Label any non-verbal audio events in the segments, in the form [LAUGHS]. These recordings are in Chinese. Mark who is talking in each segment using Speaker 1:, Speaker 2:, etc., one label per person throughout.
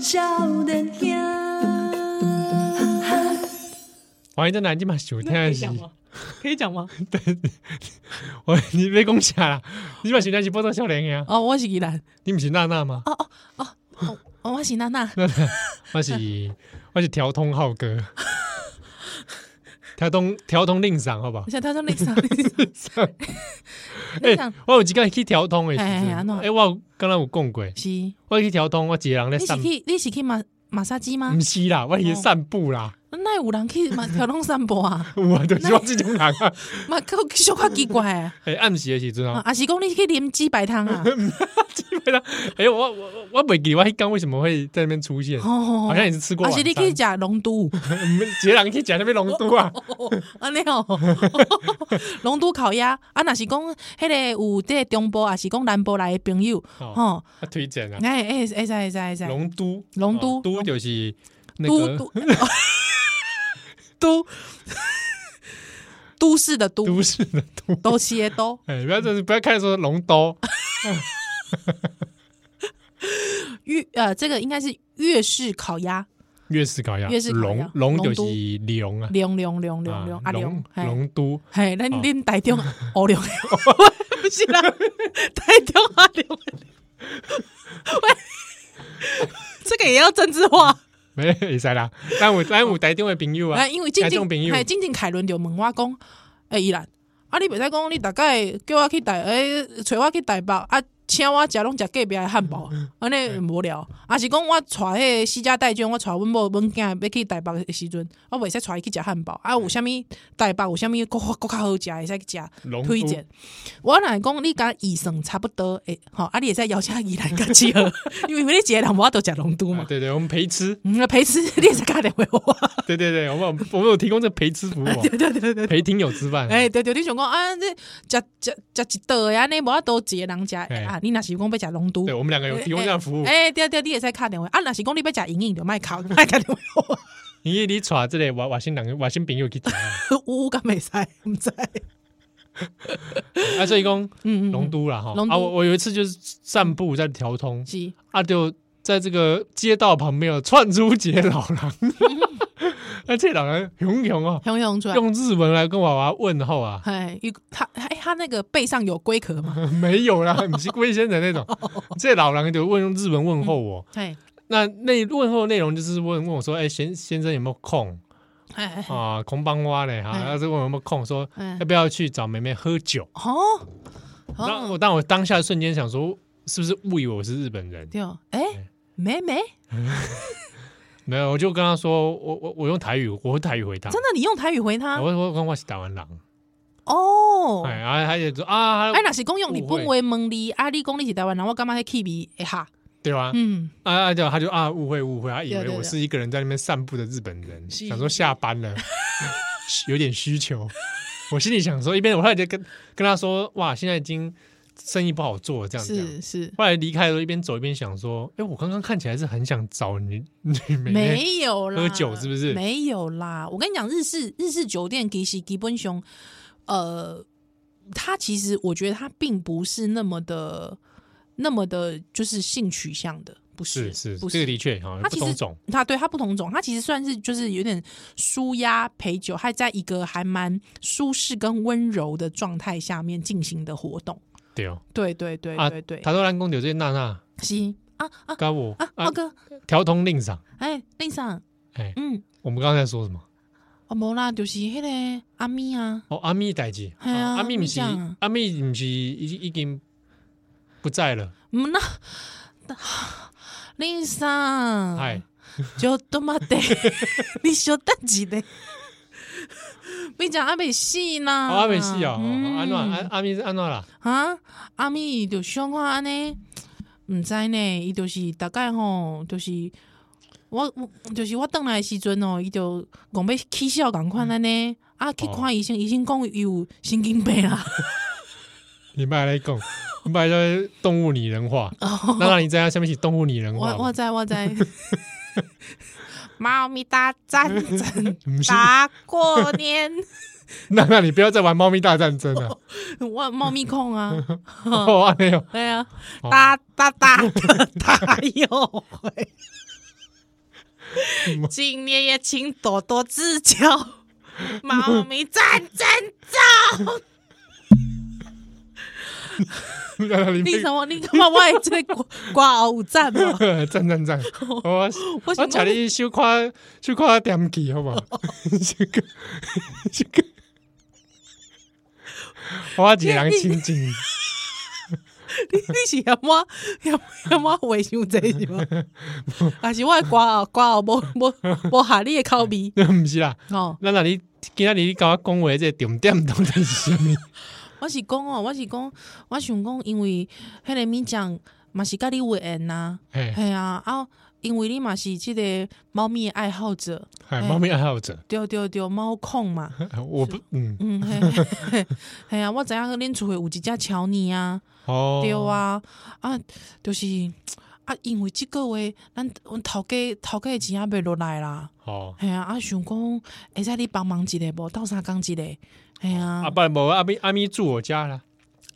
Speaker 1: 少年兄。
Speaker 2: 欢迎在南京嘛，收听
Speaker 3: 可
Speaker 2: 的
Speaker 3: 以
Speaker 2: 是
Speaker 3: 讲，吗？可以
Speaker 2: [LAUGHS]
Speaker 3: 讲吗？
Speaker 2: 我你别讲啥啦，啊你嘛是咱是报道少年的啊，
Speaker 3: 哦，我是宜兰，
Speaker 2: 你不是娜娜吗？
Speaker 3: 哦，哦我是娜娜，
Speaker 2: 我是我是调通浩
Speaker 3: [LAUGHS]
Speaker 2: 哥，调通调通令赏好不好
Speaker 3: [LAUGHS] 我？想他说那啥， [LAUGHS]
Speaker 2: 哎、
Speaker 3: 令赏
Speaker 2: 我有一个去调通的时
Speaker 3: 哎哎哎
Speaker 2: 阵，
Speaker 3: 安怎
Speaker 2: 哎、我有刚刚有讲过，
Speaker 3: 是，你
Speaker 2: 我去调通，我一个人在
Speaker 3: 是
Speaker 2: 散，
Speaker 3: 去啊哦你是去马马杀鸡吗
Speaker 2: 不？是啦，我去散步啦， [LAUGHS]
Speaker 3: 那有人去马调弄散步啊？
Speaker 2: 有啊，就是我这种人
Speaker 3: [LAUGHS]
Speaker 2: 啊，
Speaker 3: 嘛，够小可奇怪啊！
Speaker 2: 哎、暗时的时阵
Speaker 3: 啊
Speaker 2: 啊，
Speaker 3: 啊是讲你去啉鸡白汤啊？
Speaker 2: 基本上，哎、我我我我袂记我迄刚为什么会在那边出现，
Speaker 3: 哦
Speaker 2: 好像也是吃过
Speaker 3: 啊
Speaker 2: 晚
Speaker 3: 是
Speaker 2: 餐，
Speaker 3: 你
Speaker 2: [LAUGHS]
Speaker 3: 去食龙都，
Speaker 2: 一个人去吃那边龙都啊，
Speaker 3: 安尼哦，龙都烤鸭啊，若是讲迄个有这个中部啊，是讲南部来的朋友，
Speaker 2: 哦，
Speaker 3: 吼，
Speaker 2: 啊推荐啊，
Speaker 3: 哎哎哎，在在在，
Speaker 2: 龙都
Speaker 3: 龙都
Speaker 2: 哦都就是那
Speaker 3: 都
Speaker 2: 个
Speaker 3: 都都都市的都，
Speaker 2: 都市的都。
Speaker 3: 都市的都，
Speaker 2: 哎、不要这不要看说龙
Speaker 3: [LAUGHS]
Speaker 2: 都，
Speaker 3: 粤呃，这个应该是粤式烤鸭，
Speaker 2: 粤式烤鸭，
Speaker 3: 粤式烤
Speaker 2: 龙
Speaker 3: 鸭
Speaker 2: 龙
Speaker 3: 龙
Speaker 2: 就
Speaker 3: 都
Speaker 2: 是龙啊，
Speaker 3: 龙龙
Speaker 2: 啊
Speaker 3: 龙龙龙啊
Speaker 2: 龙
Speaker 3: 龙，嘿
Speaker 2: 龙都， [LAUGHS]
Speaker 3: 嘿，恁
Speaker 2: 哦
Speaker 3: 恁台中乌 [LAUGHS] 龙，不是啦，台中阿龙，喂，这个也要政治化。
Speaker 2: 没哎会使啦。但我但我台中的朋友啊
Speaker 3: 哎，，因为静
Speaker 2: 台中朋
Speaker 3: 静，
Speaker 2: 友
Speaker 3: 哎，静静凯伦就问我讲，哎，依兰，啊，你袂使讲你大概叫我去台，哎，找我去台北啊，请我食拢食隔壁的汉堡，
Speaker 2: 嗯
Speaker 3: 安尼无聊。啊是讲我带迄个私家代券，我带阮某阮囝要去台北的时阵，我袂使带伊去食汉堡。啊，有啥物台北有啥物国国较好食，会使去
Speaker 2: 龙都
Speaker 3: 食推荐。我若是讲你甲医生差不多，诶，吼，啊，你会使邀请伊来甲
Speaker 2: [LAUGHS]
Speaker 3: 集合，因为你一个人我都食龙都
Speaker 2: 啊
Speaker 3: 嘛。
Speaker 2: 对对，我们陪吃，
Speaker 3: 嗯，陪吃，你也是打电话我。
Speaker 2: 对对对，我们有我们有提供这个陪吃服务、啊
Speaker 3: [LAUGHS] 对对对对
Speaker 2: 陪听友吃饭。
Speaker 3: 哎，对对，你想讲啊，这食食食一道呀，尼无法度一个人食
Speaker 2: 哎
Speaker 3: 啊，你若是讲要食龙都
Speaker 2: 对，，我们两个有提供这样的服务。
Speaker 3: 哎，对对，你会使敲电话啊，若是讲你要食莹莹就卖敲，卖敲电话， [LAUGHS]
Speaker 2: 你你带这个外外省人外省朋友去吃啊，
Speaker 3: 有敢袂使，毋知，
Speaker 2: 啊所以讲
Speaker 3: 嗯
Speaker 2: 龙都啦哈。
Speaker 3: 龙
Speaker 2: 啊
Speaker 3: 都
Speaker 2: 我我有一次就是散步在调通
Speaker 3: 是，
Speaker 2: 啊就在这个街道旁边有窜出几个老狼， [LAUGHS] 而且老人熊熊哦，
Speaker 3: 雄雄出来，
Speaker 2: 用日文来跟娃娃问候啊， [LAUGHS]
Speaker 3: 哎，有他哎他那个背上有龟壳嘛，
Speaker 2: 没有
Speaker 3: [LAUGHS]
Speaker 2: 啦，你是龟仙人那种。这老狼就问用日文问候我，
Speaker 3: 哎
Speaker 2: 那那问候内容就是问问我说，哎、先先生有没有空
Speaker 3: 哎哎
Speaker 2: 啊？空帮蛙嘞哈，
Speaker 3: 哎
Speaker 2: 要是问我有没有空，说
Speaker 3: 哎
Speaker 2: 要，不要去找梅梅喝酒？
Speaker 3: 哦，
Speaker 2: 那
Speaker 3: 哦，
Speaker 2: 我但我当下瞬间想说，是不是误以为我是日本人？
Speaker 3: 对，哎，妹妹，
Speaker 2: 没有，我就跟他说，我我我用台语，我用台语回答。
Speaker 3: 真的你用台语回他
Speaker 2: 我我跟我是台湾狼，
Speaker 3: 哦。
Speaker 2: 哎，然后他就说啊，
Speaker 3: 哎，若是讲用日本话问你，啊，你讲你是台湾人，我感觉迄气味会哈，
Speaker 2: 对吧？
Speaker 3: 嗯，
Speaker 2: 啊啊！就他就啊，误会误会，他以为
Speaker 3: 对对
Speaker 2: 我
Speaker 3: 对
Speaker 2: 是一个人在那边散步的日本人，
Speaker 3: 是
Speaker 2: 想说下班了， [LAUGHS] 有点需求。我心里想说，一边我后来就跟跟他说，哇，现在已经生意不好做，这样这样。
Speaker 3: 是是。
Speaker 2: 后来离开的时候，一边走一边想说，哎、我刚刚看起来是很想找女女美眉，
Speaker 3: 没有啦，
Speaker 2: 喝酒是不是
Speaker 3: 没有啦，我跟你讲，日式日式酒店其实基本上，呃，它其实我觉得它并不是那么的那么的，就是性取向的，不
Speaker 2: 是
Speaker 3: 是
Speaker 2: 是，
Speaker 3: 不
Speaker 2: 这个的确哈，
Speaker 3: 它
Speaker 2: 不
Speaker 3: 其
Speaker 2: 同
Speaker 3: 实
Speaker 2: 种，
Speaker 3: 它对它不同种，它其实算是就是有点舒压陪酒，还在一个还蛮舒适跟温柔的状态下面进行的活动。
Speaker 2: 对哦。
Speaker 3: 对对对
Speaker 2: 啊
Speaker 3: 对对，
Speaker 2: 塔多兰公有这些娜娜，
Speaker 3: 行啊啊
Speaker 2: 跟我
Speaker 3: 啊，浩哥，
Speaker 2: 调通令上，
Speaker 3: 哎，令上，
Speaker 2: 哎
Speaker 3: 嗯，
Speaker 2: 我们刚才在说什么？
Speaker 3: 哦，无啦，就是迄个阿咪啊。
Speaker 2: 哦，阿咪代志，
Speaker 3: 嘿啊
Speaker 2: 阿咪不是
Speaker 3: 咪酱啊
Speaker 2: 阿咪不是已经已经不在了。
Speaker 3: 嗯，那林さ
Speaker 2: 嗨
Speaker 3: ん，，ちょっと待って、 [LAUGHS] 你小等一下。没讲阿美死呢，
Speaker 2: 哦阿美系哦，哦安
Speaker 3: 啊嗯
Speaker 2: 诺安阿咪是安诺啦，
Speaker 3: 啊，阿咪就想看安尼，毋知呢，伊就是大概吼，就是我我就是我等来的时阵哦，伊就讲要起笑共款安尼，啊去
Speaker 2: 哦
Speaker 3: 看医生，医生讲伊有神经病啊啦，
Speaker 2: 你卖来
Speaker 3: [LAUGHS]
Speaker 2: 讲，你卖在动物拟人化，那让你在下面是动物拟人化
Speaker 3: 哦我
Speaker 2: 吗
Speaker 3: 我，知我知，
Speaker 2: [LAUGHS]
Speaker 3: 猫咪大战争
Speaker 2: 不是
Speaker 3: 打过年， [LAUGHS]
Speaker 2: 那那你不要再玩猫咪大战争了，
Speaker 3: 我猫咪控啊，
Speaker 2: [LAUGHS] 哦，没有，
Speaker 3: 对啊， [LAUGHS]
Speaker 2: 哦 [LAUGHS]
Speaker 3: 打打打的打又回，
Speaker 2: 么？
Speaker 3: 今年也请多多
Speaker 2: [LAUGHS]
Speaker 3: 指教，猫咪战争中。你什么？你干嘛？我的这个歌歌喉有赞吗？
Speaker 2: 赞赞赞！我
Speaker 3: [LAUGHS] 我
Speaker 2: 哦我
Speaker 3: 想
Speaker 2: 请
Speaker 3: 讲
Speaker 2: 你小看小看点记好不
Speaker 3: [LAUGHS]
Speaker 2: 好？这个这个， [LAUGHS] 我一个人亲近，
Speaker 3: [LAUGHS] 你你是嫌我嫌嫌我话伤济是吗？还是我的歌喉歌喉无无无合你的口味？
Speaker 2: [LAUGHS] 那不是啦。
Speaker 3: 哦，
Speaker 2: 那那你今天你跟我讲话这个重点到底是什么？ [LAUGHS]
Speaker 3: 我是讲哦，我是讲，我想讲，因为迄个米酱嘛是甲你有缘呐，
Speaker 2: 哎，
Speaker 3: 系啊啊，因为你嘛是即个猫咪的爱好者，
Speaker 2: 哎猫咪爱好者，
Speaker 3: 对对对，猫控嘛。
Speaker 2: [LAUGHS] 我不嗯
Speaker 3: 嗯，嘿，嘿 [LAUGHS] 嘿啊，我知影恁厝会有一只乔尼啊，
Speaker 2: 哦，
Speaker 3: 对，啊，啊，就是啊，因为即个月咱阮头家头家的钱也袂落来啦，
Speaker 2: 哦，
Speaker 3: 嘿啊，啊想讲会使你帮忙一下无，斗相共一下，嘿啊
Speaker 2: 啊，不然无阿咪阿咪住我家啦，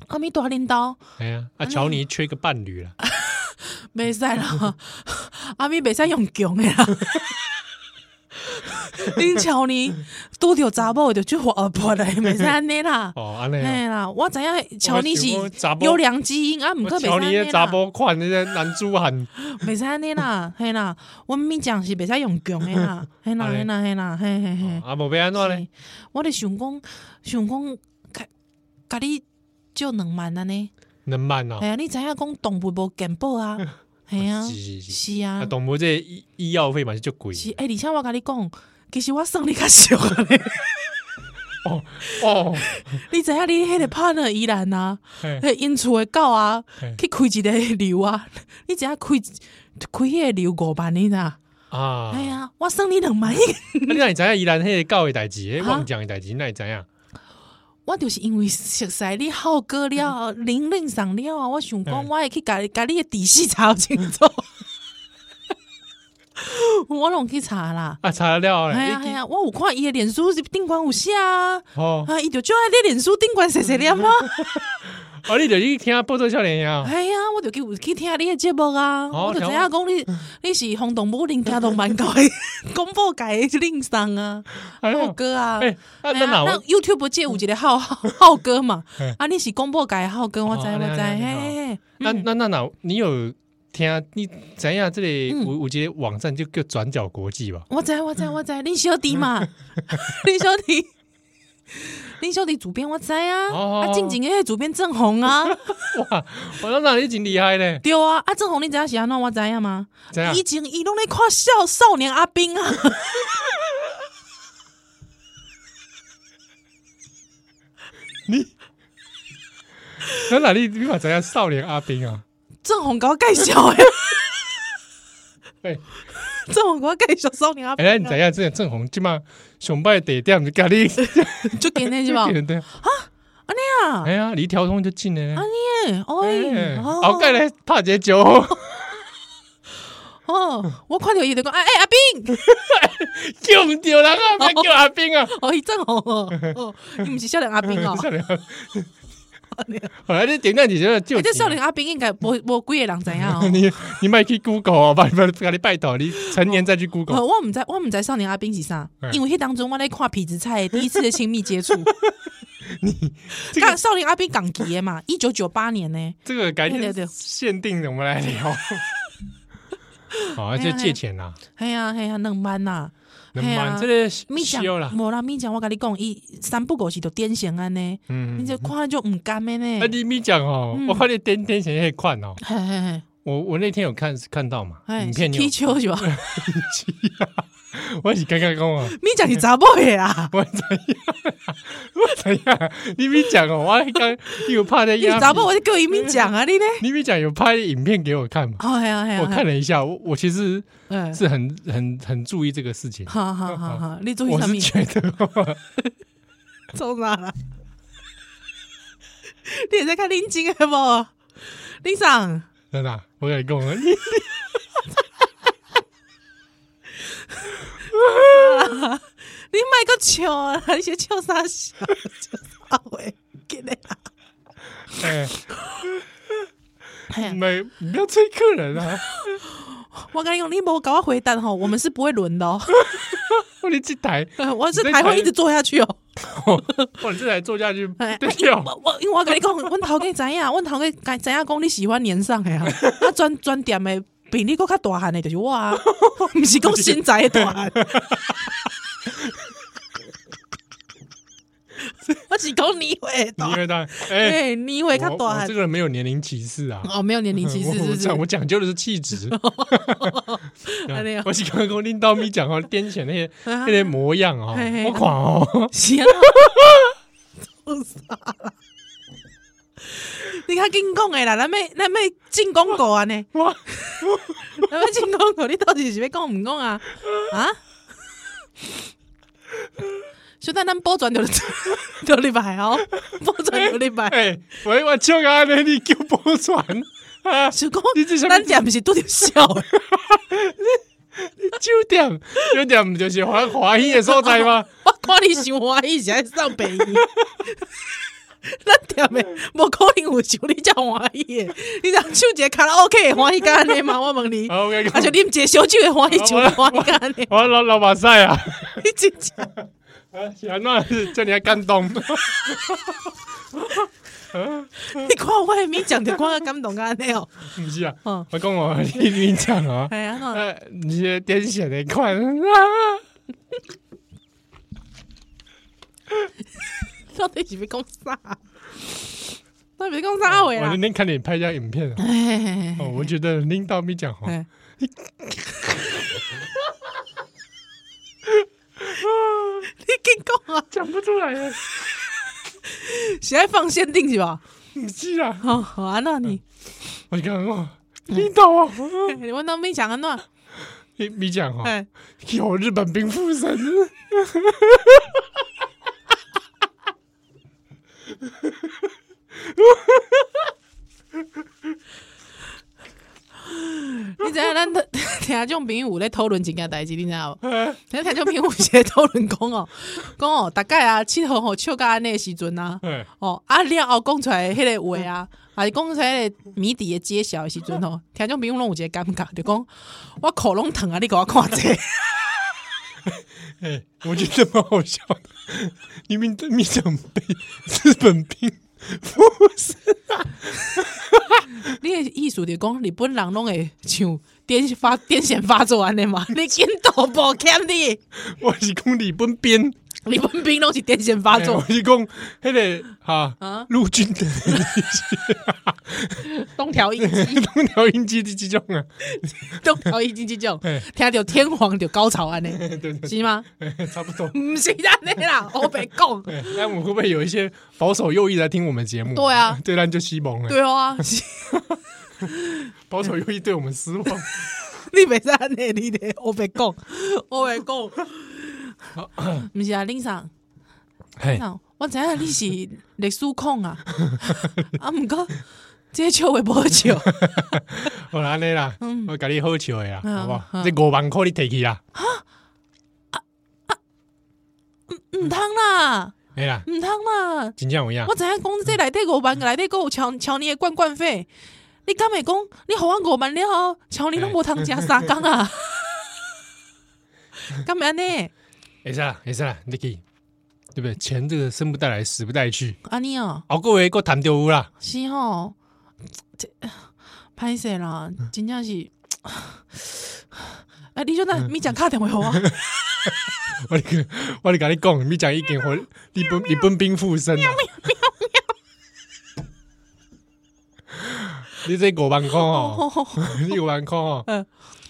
Speaker 3: 阿咪大领导
Speaker 2: 哎呀，啊乔尼缺个伴侣啦，
Speaker 3: 袂使啦， [LAUGHS] 阿咪袂使用强的啦。 [LAUGHS] 恁乔尼拄着查某的就去滑
Speaker 2: [LAUGHS]
Speaker 3: 坡嘞，袂使安尼啦。
Speaker 2: 哦，安尼啊，
Speaker 3: 嘿啦，我知影乔尼是
Speaker 2: 我想讲查某
Speaker 3: 优良基因啊，毋过
Speaker 2: 我
Speaker 3: 袂使
Speaker 2: 乔
Speaker 3: 安
Speaker 2: 尼
Speaker 3: 尼
Speaker 2: 的查
Speaker 3: 啦。
Speaker 2: 某款那些男子
Speaker 3: [LAUGHS]
Speaker 2: 汉，
Speaker 3: 袂使安尼啦，嘿啦，阮咪讲是袂使用强的啦，
Speaker 2: [LAUGHS]
Speaker 3: 嘿啦
Speaker 2: 安尼
Speaker 3: 嘿啦嘿啦嘿嘿
Speaker 2: 哦
Speaker 3: 嘿。
Speaker 2: 啊，无要安怎咧？
Speaker 3: 是我咧想讲，想讲，甲甲你借两万安尼，
Speaker 2: 能慢哦
Speaker 3: 哎。呀，你知影讲动物无健保
Speaker 2: [LAUGHS]
Speaker 3: 啊，系啊，
Speaker 2: 是是是
Speaker 3: 是啊
Speaker 2: 啊，，动物这医医药费嘛是足贵的
Speaker 3: 是哎，而且我甲你讲，其实我算你较俗啊
Speaker 2: [LAUGHS]
Speaker 3: 咧，
Speaker 2: 哦哦，
Speaker 3: 你知影你迄个拍那依然啊， [LAUGHS]
Speaker 2: 嘿
Speaker 3: 迄因厝的狗啊
Speaker 2: 嘿，
Speaker 3: 去开一个流啊，你知影开开迄个流五万呢啦，
Speaker 2: 啊，
Speaker 3: 哎
Speaker 2: 啊
Speaker 3: 呀，我算你两万。
Speaker 2: 你哪会知影宜兰迄个狗的代志，迄
Speaker 3: 啊
Speaker 2: 旺江的代志，你哪会知影？
Speaker 3: 我就是因为熟悉你浩哥了，玲玲上了啊，我想讲
Speaker 2: 嗯
Speaker 3: 我会去家家你的底细查清楚。 [LAUGHS] 我拢去查啦，
Speaker 2: 啊，查了
Speaker 3: 哎呀哎
Speaker 2: 咧，
Speaker 3: 呀，我有看伊的脸书是顶管有写啊，
Speaker 2: 哦，
Speaker 3: 啊，伊就就爱你脸书顶管写写念啊，
Speaker 2: 啊，你就去听报道少年呀？
Speaker 3: 哎呀，我就去有去听你的节目啊，
Speaker 2: 哦
Speaker 3: 我就知影
Speaker 2: 了
Speaker 3: 讲你你是轰动武林听动
Speaker 2: [LAUGHS]
Speaker 3: 漫界的广播界的令上啊，
Speaker 2: 哎
Speaker 3: 浩
Speaker 2: 呦，
Speaker 3: 哥啊，
Speaker 2: 哎，啊，
Speaker 3: 哎
Speaker 2: 那
Speaker 3: 呀
Speaker 2: 哪
Speaker 3: 那
Speaker 2: 我
Speaker 3: YouTube 界有一个浩 [LAUGHS] 浩浩哥嘛
Speaker 2: 嗯，
Speaker 3: 啊，你是广播界的浩哥，我知
Speaker 2: 哦
Speaker 3: 我
Speaker 2: 安尼
Speaker 3: 知，
Speaker 2: 安尼安尼
Speaker 3: 嘿，嘿
Speaker 2: 那那那哪？你有听你知影这里
Speaker 3: 嗯
Speaker 2: 有有一个网站就叫转角国际吧？
Speaker 3: 我知我知我知，
Speaker 2: [LAUGHS]
Speaker 3: 恁小弟嘛，恁小弟， [LAUGHS] 恁小弟主编我知啊，
Speaker 2: 哦
Speaker 3: 啊，静静迄个主编郑
Speaker 2: [LAUGHS]
Speaker 3: 红啊，
Speaker 2: 哇，
Speaker 3: 嗯
Speaker 2: 我哦那那你真厉害咧！
Speaker 3: 对啊，啊，郑红你知影是安怎我知影吗？
Speaker 2: 怎样
Speaker 3: 以？前伊拢咧看少少年阿兵啊，
Speaker 2: [LAUGHS] 那哪你你嘛知影少年阿兵
Speaker 3: [LAUGHS]
Speaker 2: 啊？
Speaker 3: 郑红甲我介绍
Speaker 2: [LAUGHS]
Speaker 3: 诶，
Speaker 2: 哎，
Speaker 3: [LAUGHS] 郑红甲我介绍少年阿
Speaker 2: 哎，
Speaker 3: 兵
Speaker 2: 咱知
Speaker 3: 啊，
Speaker 2: 影这个郑红即嘛上摆地点就甲你，
Speaker 3: [LAUGHS] 就今天是
Speaker 2: [LAUGHS]
Speaker 3: 吧？
Speaker 2: 对对。
Speaker 3: 哎呀
Speaker 2: 哎呀，离条通就近了呢。
Speaker 3: 哎，
Speaker 2: 哎
Speaker 3: 哎，哦
Speaker 2: 后盖咧拍一个招呼， [LAUGHS]
Speaker 3: 哦，我看到伊就讲，哎哎，阿兵，
Speaker 2: 叫唔着人啊，别叫阿兵啊。
Speaker 3: 哦，伊正好哦，哦，伊毋是少年
Speaker 2: [LAUGHS]，
Speaker 3: 阿兵哦
Speaker 2: 少年，后来你点亮你就就。
Speaker 3: 哎，这少年阿兵应该无无几个人知影
Speaker 2: [LAUGHS]
Speaker 3: 哦
Speaker 2: 你你卖去 Google 哦， [LAUGHS] 把把把你拜托，你成年再去
Speaker 3: 呃，
Speaker 2: Google。
Speaker 3: 我毋知我毋知少年阿兵是啥
Speaker 2: 哎，
Speaker 3: 因为迄当中我咧看痞子菜的第一次的亲
Speaker 2: [LAUGHS]
Speaker 3: 密接触。 [LAUGHS] 讲少年阿兵港籍的嘛，一九九八年呢，
Speaker 2: 这个改
Speaker 3: 对
Speaker 2: 天
Speaker 3: 对对
Speaker 2: 限定我们来
Speaker 3: [LAUGHS]
Speaker 2: 聊。好，啊
Speaker 3: 哎
Speaker 2: 就
Speaker 3: 呀
Speaker 2: 借钱啦，
Speaker 3: 嘿呀嘿呀，啊两万呐，
Speaker 2: 能
Speaker 3: 哎
Speaker 2: 办
Speaker 3: 呀
Speaker 2: 这个
Speaker 3: 咪讲
Speaker 2: 修啦，
Speaker 3: 无啦，咪讲我甲你讲，伊三不五时就癫痫安尼，你
Speaker 2: 嗯。
Speaker 3: 就看就毋甘的呢
Speaker 2: 啊，。你咪讲哦
Speaker 3: 嗯，
Speaker 2: 我看你点点钱那款哦，
Speaker 3: 嘿嘿嘿，
Speaker 2: 我我那天有看看到嘛，
Speaker 3: 哎，
Speaker 2: 影
Speaker 3: 是
Speaker 2: 片有
Speaker 3: 踢，
Speaker 2: [LAUGHS]
Speaker 3: 球是吧？
Speaker 2: 我是刚刚讲啊。
Speaker 3: 咪讲是查某的啊啦，
Speaker 2: [LAUGHS] 我怎样？ [LAUGHS] 我怎样？你咪讲哦，我刚你有拍那
Speaker 3: 你是
Speaker 2: 影
Speaker 3: 查
Speaker 2: 片，
Speaker 3: 某我就叫伊咪讲啊，你呢？
Speaker 2: 你咪讲有拍影片给我看嘛？
Speaker 3: [LAUGHS] 哦，系啊系啊，
Speaker 2: 我看
Speaker 3: 了，
Speaker 2: 了一下，我我其实
Speaker 3: 嗯，
Speaker 2: 是很很很注意这个事情。
Speaker 3: 好好好 [LAUGHS] 好，你注意
Speaker 2: 我
Speaker 3: 啥
Speaker 2: 是
Speaker 3: 物？
Speaker 2: 觉得， [LAUGHS]
Speaker 3: [LAUGHS] 创啥啦？你会使较认真诶无？林上，
Speaker 2: 真的啊，我跟你讲， [LAUGHS]
Speaker 3: 你莫个笑啊！你是笑啥笑？笑啥话？今日 [LAUGHS] 啊
Speaker 2: 哎，
Speaker 3: 哎呀，哎
Speaker 2: 没你不要催客人啊！ [LAUGHS]
Speaker 3: 我跟你讲，你无搞我回答吼，我们是不会轮的哦。 [LAUGHS]
Speaker 2: 哇你这台，
Speaker 3: 我这台会一直做下去哦。
Speaker 2: [LAUGHS] 哇，你这台坐下去
Speaker 3: 哎
Speaker 2: 对哦
Speaker 3: [LAUGHS]
Speaker 2: 掉，
Speaker 3: 我我因为我跟你讲，阮头家知影，阮头家知知影讲你喜欢年上的啊，啊专专店的比你搁较大汉的，就是我啊， [LAUGHS] 毋是讲身材的大汉。 [LAUGHS] 我是讲你会的大
Speaker 2: 你
Speaker 3: 汉，
Speaker 2: 会当
Speaker 3: [LAUGHS]
Speaker 2: 哎，
Speaker 3: 对，你会较
Speaker 2: 我
Speaker 3: 大
Speaker 2: 我
Speaker 3: 汉
Speaker 2: 这。个人没有年龄歧视啊。
Speaker 3: 哦，没有年龄歧
Speaker 2: [LAUGHS]
Speaker 3: 视，
Speaker 2: 我
Speaker 3: 是
Speaker 2: 我
Speaker 3: 不是
Speaker 2: 讲？我讲究的是气
Speaker 3: [LAUGHS]
Speaker 2: 质。 [LAUGHS]
Speaker 3: 这样
Speaker 2: 我是刚刚拎到咪讲哦，癫痫那些
Speaker 3: 哎啊
Speaker 2: 那些模样哦
Speaker 3: 嘿嘿，
Speaker 2: 我狂哦， [LAUGHS]
Speaker 3: 行啊， [LAUGHS] 做啥啦？ [LAUGHS] 你较紧讲诶啦，咱要咱要进广告啊呢？
Speaker 2: 哇，
Speaker 3: 咱要进广告，你到底是要讲毋讲啊？啊？小等咱保全 [LAUGHS] 着着礼拜哦，保全着礼拜。
Speaker 2: 哎，喂，我笑个那你叫波船啊，
Speaker 3: 是讲
Speaker 2: 你这什么
Speaker 3: 咱店毋是拄着笑诶，
Speaker 2: 九点九点不就是华华裔的所在
Speaker 3: [LAUGHS]
Speaker 2: 吗？
Speaker 3: 我看你想欢喜是爱送便宜。咱店诶，无可能有像你遮欢喜诶，你若唱一个卡拉 OK 的欢喜甲安尼嘛？我问你。
Speaker 2: 好，OK，
Speaker 3: 啊，就啉一个小酒的欢喜，酒的欢喜安尼，
Speaker 2: 哦我老老马赛
Speaker 3: [LAUGHS]
Speaker 2: 啊，
Speaker 3: 你真正
Speaker 2: 啊，是安怎是叫你来感动？ [LAUGHS]
Speaker 3: 你看我的面讲着，看我感动到安尼哦，
Speaker 2: 不是啊
Speaker 3: 嗯，
Speaker 2: 我讲我你你讲啊，
Speaker 3: 哎呀，喏
Speaker 2: 呃，你些癫痫的款啊，
Speaker 3: 到底是要讲啥？到底是讲啥话
Speaker 2: 我
Speaker 3: 啦
Speaker 2: 那？天看哦你拍一张影片啊，
Speaker 3: 啊哎，
Speaker 2: 哦，我觉得拎到咪讲哦，
Speaker 3: 哎 [LAUGHS] 你紧讲啊，
Speaker 2: 讲不出来啊，
Speaker 3: 是爱放限定是吧？
Speaker 2: 不是啊，
Speaker 3: 好，好安那你，
Speaker 2: 我就讲哦，
Speaker 3: 哎
Speaker 2: 拎到 [LAUGHS] 哦，
Speaker 3: 你问到面讲安那，
Speaker 2: 咪咪讲哦，
Speaker 3: 哎，
Speaker 2: 有日本兵附身，
Speaker 3: 你知影咱 [LAUGHS] 听种朋友有咧讨论一件代志，你知道无？
Speaker 2: 哎
Speaker 3: 咱听种朋友有咧讨论讲哦，讲哦，大概啊，七号吼笑到安尼的时阵啊。
Speaker 2: 哎
Speaker 3: 哦，啊了后讲出来迄个话啊，还是讲出来迄个谜底的揭晓的时阵吼，听众朋友拢有一个感觉，就讲我口拢疼啊，你给我看者，
Speaker 2: 哎，我觉得蛮好笑的， [LAUGHS] 你咪咪讲被日本兵附身。
Speaker 3: 你的意思就讲日本人拢会像癫发癫痫发作安尼嘛，你紧倒步欠你，
Speaker 2: [LAUGHS] 我是讲日本兵，
Speaker 3: 日本兵拢是癫痫发
Speaker 2: 哎我 [LAUGHS]
Speaker 3: 作，
Speaker 2: 是讲迄个哈
Speaker 3: 啊
Speaker 2: 陆军的
Speaker 3: 东条英
Speaker 2: [LAUGHS]
Speaker 3: 机，
Speaker 2: 东条英机的这种
Speaker 3: [LAUGHS]
Speaker 2: 啊，
Speaker 3: 东条英机这种
Speaker 2: 哎，
Speaker 3: 听到天皇就高潮安尼，
Speaker 2: 对对对，
Speaker 3: 是吗？ [LAUGHS]
Speaker 2: 哎差不多。
Speaker 3: 毋是安尼啦，我白讲。
Speaker 2: 哎那我们会不会有一些保守右翼来听我们节目？
Speaker 3: 对啊
Speaker 2: 对，那就西蒙了。
Speaker 3: 对啊，是
Speaker 2: 保守右翼对我们失望。
Speaker 3: [LAUGHS] 你袂使安尼，你咧，我袂 [LAUGHS] 讲，我袂讲。毋是啊，林上，
Speaker 2: 嘿，
Speaker 3: 上，我知影你是历史控啊， [LAUGHS] 啊，毋过这个笑话无好 [LAUGHS] 笑，
Speaker 2: 好啦，安尼啦，我甲你好笑的啦，
Speaker 3: 嗯
Speaker 2: 好不好？
Speaker 3: 嗯
Speaker 2: 这五万块你提去啦，
Speaker 3: 毋通啦，
Speaker 2: 哎啦，
Speaker 3: 毋通啦。
Speaker 2: 真正有影
Speaker 3: 我。知影讲这内底五万，内底还有超超你的罐罐费，你敢会讲你互我五万了后，超你拢无 [LAUGHS] 通食三工啊？敢会安尼？
Speaker 2: 会使啦，会使啦，你去，对不对？钱这个生不带来，死不带去。
Speaker 3: 安尼哦。
Speaker 2: 熬各位，够谈丢有啦，
Speaker 3: 是吼，这 [SIGHS] 歹势啦，
Speaker 2: 嗯
Speaker 3: 真正是。 [SIGHS] 啊！你就那咪讲敲电话互我，
Speaker 2: 我咧跟我咧甲你讲，你讲已经和日本日本兵附身啦。你这五万块哦，你五万块哦
Speaker 3: 嗯，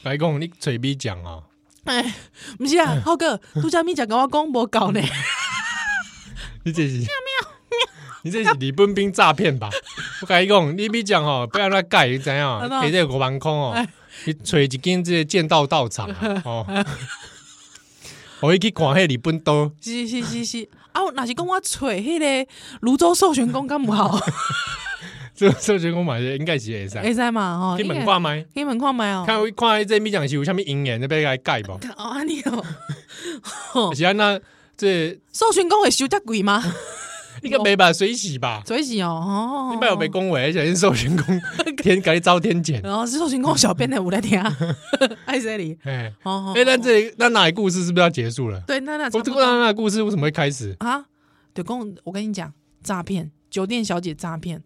Speaker 2: 来讲你嘴咪讲哦，
Speaker 3: [LAUGHS] 哎，毋是啊，浩哥，拄则咪讲甲我讲无够呢， [LAUGHS]
Speaker 2: 你这是你这是日本兵诈骗吧？我甲你讲，你咪讲哦，不要那改，你知影
Speaker 3: 安
Speaker 2: 哦？
Speaker 3: 怎
Speaker 2: 赔这五万块哦，你找一间这个剑道道场啊哦，我去看迄日本刀。
Speaker 3: 是是是是，啊，若是讲我找迄个泸州授权公敢无
Speaker 2: [LAUGHS]
Speaker 3: 好，
Speaker 2: 这个授权公买的应该是会使。
Speaker 3: 会使嘛吼？
Speaker 2: 你门
Speaker 3: 应该
Speaker 2: 挂麦，
Speaker 3: 去问看卖哦。
Speaker 2: 看看这咪讲是有啥物因缘，你要来改无？
Speaker 3: 哦，安尼哦，
Speaker 2: 是安那这 [LAUGHS]
Speaker 3: 授权公会收遮贵吗？
Speaker 2: 应该没吧？水洗吧？
Speaker 3: 水洗哦，哦，
Speaker 2: 一般有被恭维，而且是寿星
Speaker 3: [LAUGHS]
Speaker 2: 公天赶紧遭天谴。
Speaker 3: 然后哦是寿星公小编的我在听， [LAUGHS] 爱谁里？
Speaker 2: 哎
Speaker 3: 哦，
Speaker 2: 哎，那
Speaker 3: 那
Speaker 2: 这里那哪里故事是不是要结束了？
Speaker 3: 对那那差
Speaker 2: 我
Speaker 3: 不
Speaker 2: 这
Speaker 3: 多
Speaker 2: 个那那故事为什么会开始？
Speaker 3: 啊，对，跟我我跟你讲，诈骗酒店小姐诈骗，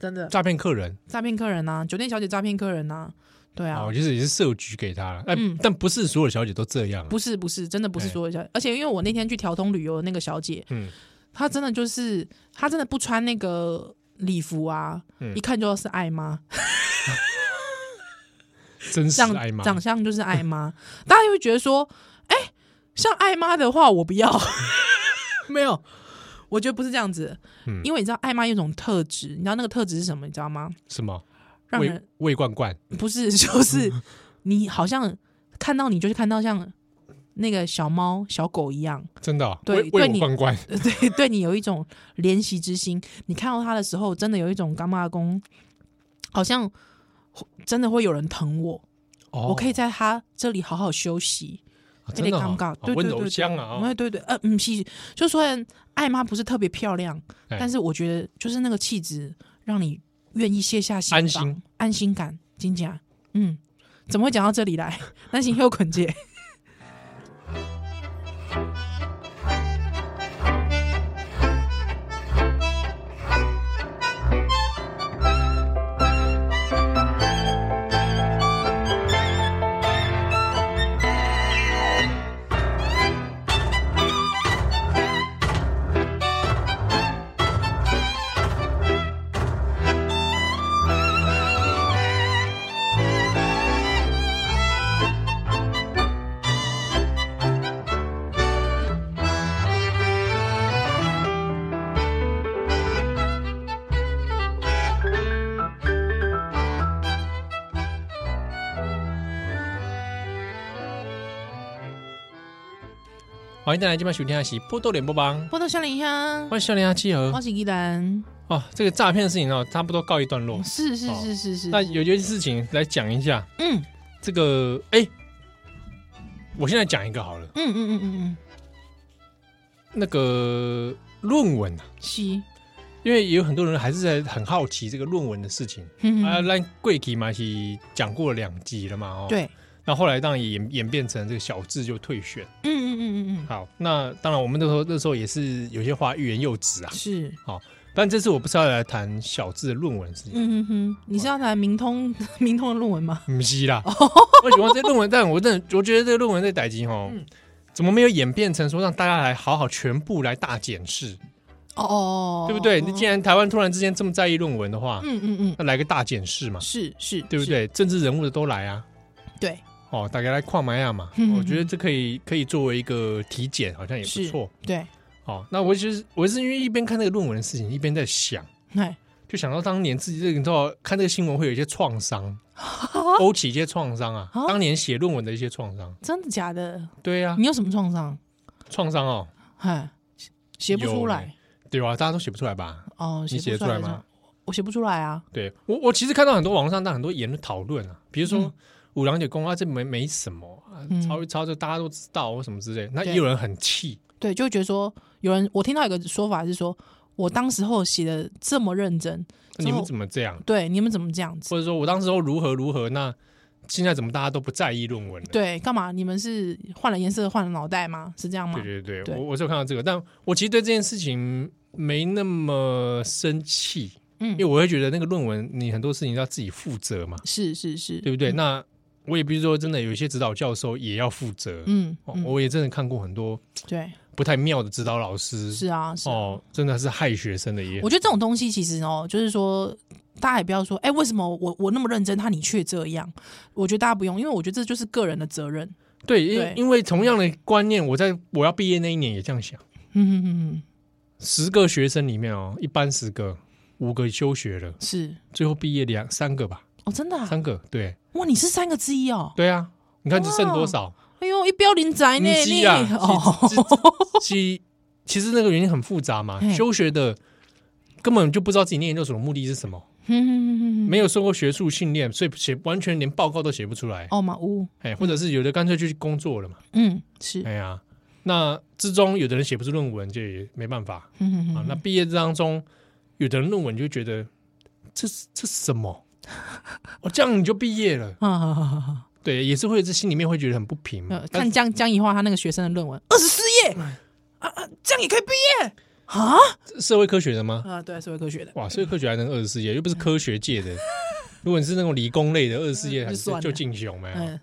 Speaker 3: 真的
Speaker 2: 诈骗客人
Speaker 3: 诈骗客人呐、酒店小姐诈骗客人呐、对啊，
Speaker 2: 哦，就是也是设局给他了。哎
Speaker 3: 嗯，
Speaker 2: 但不是所有小姐都这样啊。
Speaker 3: 不是不是，真的不是
Speaker 2: 哎
Speaker 3: 说一下，而且因为我那天去调通旅游的那个小姐，
Speaker 2: 嗯，
Speaker 3: 她真的就是她真的不穿那个礼服啊，
Speaker 2: 嗯
Speaker 3: 一看就知道是爱妈，
Speaker 2: 真实
Speaker 3: 长
Speaker 2: 爱吗？
Speaker 3: 长相就是爱妈，大家就会觉得说，哎、像爱妈的话我不要， [LAUGHS] 没有，我觉得不是这样子，
Speaker 2: 嗯
Speaker 3: 因为你知道爱妈有一种特质，你知道那个特质是什么，你知道吗？
Speaker 2: 什么？
Speaker 3: 让
Speaker 2: 魏
Speaker 3: 人
Speaker 2: 魏冠冠
Speaker 3: 不是 [LAUGHS] 就是你好像看到你就是看到像那个小猫小狗一样， [LAUGHS]
Speaker 2: 真的哦
Speaker 3: 对
Speaker 2: 魏
Speaker 3: 对
Speaker 2: 魏我
Speaker 3: 你
Speaker 2: 冠冠，
Speaker 3: 呃对对你有一种怜惜之心，你看到他的时候，真的有一种干妈公，好像真的会有人疼我，我
Speaker 2: 我
Speaker 3: 可以在他这里好好休息。有
Speaker 2: 哦真
Speaker 3: 点
Speaker 2: 的
Speaker 3: 尴
Speaker 2: 哦
Speaker 3: 尬
Speaker 2: 哦，
Speaker 3: 对
Speaker 2: 温
Speaker 3: 对
Speaker 2: 柔
Speaker 3: 对，
Speaker 2: 乡啊哦
Speaker 3: 对，对对，呃，嗯，是，就虽然艾妈不是特别漂亮，
Speaker 2: 哎
Speaker 3: 但是我觉得就是那个气质，让你愿意卸下心
Speaker 2: 安
Speaker 3: 防
Speaker 2: 心
Speaker 3: 安心感，金甲，嗯，怎么会讲到这里来？ [LAUGHS] 担心又捆姐，
Speaker 2: 欢迎大家今晚收听的是《波多连播帮》，
Speaker 3: 波多笑脸香
Speaker 2: 欢，迎笑脸阿七和
Speaker 3: 我是依兰，
Speaker 2: 哦，这个诈骗的事情哦，差不多告一段落。
Speaker 3: 是是
Speaker 2: 哦
Speaker 3: 是是是，
Speaker 2: 那有一件事情来讲一下，
Speaker 3: 嗯
Speaker 2: 这个哎，我现在讲一个好了，
Speaker 3: 嗯嗯嗯嗯
Speaker 2: 那个论文啊，
Speaker 3: 嗯，是，
Speaker 2: 因为也有很多人还是在很好奇这个论文的事情
Speaker 3: 嗯
Speaker 2: 啊。
Speaker 3: 嗯
Speaker 2: 那贵体嘛是讲过两集了嘛哦，，
Speaker 3: 对，
Speaker 2: 那后来当然也演演变成这个小智就退选。
Speaker 3: 嗯嗯嗯嗯
Speaker 2: 好，那当然我们那时候那时候也是有些话欲言又止啊
Speaker 3: 嗯，，是。
Speaker 2: 但这次我不是要来谈小智的论文的事情。
Speaker 3: 嗯哼哼，你是要来明通 [LAUGHS] 明通的论文吗？
Speaker 2: 不是啦，
Speaker 3: 哦
Speaker 2: 我喜欢这论文，但我真的我觉得这个论文这代金哦
Speaker 3: 嗯，
Speaker 2: 怎么没有演变成说让大家来好好全部来大检视，
Speaker 3: 哦哦，
Speaker 2: 对不对？
Speaker 3: 哦
Speaker 2: 你既然台湾突然之间这么在意论文的话，
Speaker 3: 嗯嗯嗯，
Speaker 2: 那来个大检视嘛，
Speaker 3: 是是，
Speaker 2: 对不
Speaker 3: 是？
Speaker 2: 对？政治人物的都来啊，
Speaker 3: 对，
Speaker 2: 哦，大家来跨埋亚嘛
Speaker 3: 嗯，
Speaker 2: 我觉得这可以可以作为一个体检，好像也不
Speaker 3: 是
Speaker 2: 错。
Speaker 3: 对，
Speaker 2: 哦，那我其实我是因为一边看那个论文的事情，一边在想。
Speaker 3: 哎，
Speaker 2: 就想到当年自己这个，你知道看这个新闻会有一些创
Speaker 3: [LAUGHS]
Speaker 2: 伤，勾起一些创伤啊，
Speaker 3: 啊嗯
Speaker 2: 当年写论文的一些创伤。
Speaker 3: 真的假的？
Speaker 2: 对啊，
Speaker 3: 你有什么创伤？
Speaker 2: 创伤哦，
Speaker 3: 哎，写不
Speaker 2: 有
Speaker 3: 出来
Speaker 2: 嘞对吧、大家都写不出来吧？
Speaker 3: 哦，
Speaker 2: 你写
Speaker 3: 不
Speaker 2: 得出来
Speaker 3: 来
Speaker 2: 吗？？
Speaker 3: 我写不出来啊。
Speaker 2: 对我，我其实看到很多网上但很多言论讨论啊，比如说
Speaker 3: 嗯
Speaker 2: 五郎姐公啊，这没没什么，啊
Speaker 3: 嗯
Speaker 2: 抄一抄就大家都知道或什么之类的。那
Speaker 3: 对
Speaker 2: 也有人很气，
Speaker 3: 对，就会觉得说有人，我听到一个说法是说，我当时候写的这么认真，之后
Speaker 2: 你们怎么这样？
Speaker 3: 对，你们怎么这样子？
Speaker 2: 或者说我当时候如何如何？那现在怎么大家都不在意论文了？
Speaker 3: 对，干嘛？你们是换了颜色，换了脑袋吗？是这样吗？
Speaker 2: 对对对，
Speaker 3: 对
Speaker 2: 我我是有看到这个，但我其实对这件事情没那么生气，
Speaker 3: 嗯嗯
Speaker 2: 因为我会觉得那个论文你很多事情要自己负责嘛，
Speaker 3: 是是是，
Speaker 2: 对不对？那我也比如说真的有一些指导教授也要负责，
Speaker 3: 嗯，
Speaker 2: 哦
Speaker 3: 嗯，
Speaker 2: 我也真的看过很多
Speaker 3: 对，
Speaker 2: 不太妙的指导老师，
Speaker 3: 是啊，是啊
Speaker 2: 哦，真的是害学生的也
Speaker 3: 我觉得这种东西其实哦，就是说，大家也不要说，哎、为什么我我那么认真，他你却这样？我觉得大家不用，因为我觉得这就是个人的责任。
Speaker 2: 对，因
Speaker 3: 对
Speaker 2: 因为同样的观念，我在我要毕业那一年也这样想，
Speaker 3: 嗯嗯嗯嗯，
Speaker 2: 十个学生里面哦，一般十个五个休学了，
Speaker 3: 是
Speaker 2: 最后毕业两三个吧，
Speaker 3: 哦，真的、啊，
Speaker 2: 三个，对
Speaker 3: 哇，你是三个之一哦，
Speaker 2: 对啊，你看这剩多
Speaker 3: 哇
Speaker 2: 少？
Speaker 3: 哎呦，一标零宅呢，
Speaker 2: 不是
Speaker 3: 你
Speaker 2: 啊
Speaker 3: [LAUGHS] 哦，
Speaker 2: 其其实那个原因很复杂嘛
Speaker 3: 嘿，
Speaker 2: 休学的根本就不知道自己念研究所的目的是什么，
Speaker 3: 没
Speaker 2: 没有受过学术训练，所以写完全连报告都写不出来，
Speaker 3: 哦嘛呜，
Speaker 2: 哎，或者是有的干脆就去工作了嘛，
Speaker 3: 嗯，是
Speaker 2: 哎呀，那之中，有的人写不出论文，就也没办法
Speaker 3: 嗯
Speaker 2: 啊。
Speaker 3: 嗯 [LAUGHS]
Speaker 2: 那毕业当中，有的人论文就觉得这是这是什么？哦，这样你就毕业了？
Speaker 3: 嗯，啊啊啊啊
Speaker 2: 对，也是会这心里面会觉得很不平嘛
Speaker 3: 呃。
Speaker 2: 但
Speaker 3: [LAUGHS] 看江江宜桦他那个学生的论文，二十四页啊啊，这样也可以毕业啊？
Speaker 2: 社会科学的吗？
Speaker 3: 啊，对，嗯社会科学的，
Speaker 2: 哇，社会科学还能二十四页，又不是科学界
Speaker 3: [LAUGHS]
Speaker 2: 的。如果你是那种理工类的二十四页，
Speaker 3: 嗯就算了
Speaker 2: 就进雄没有？
Speaker 3: 嗯，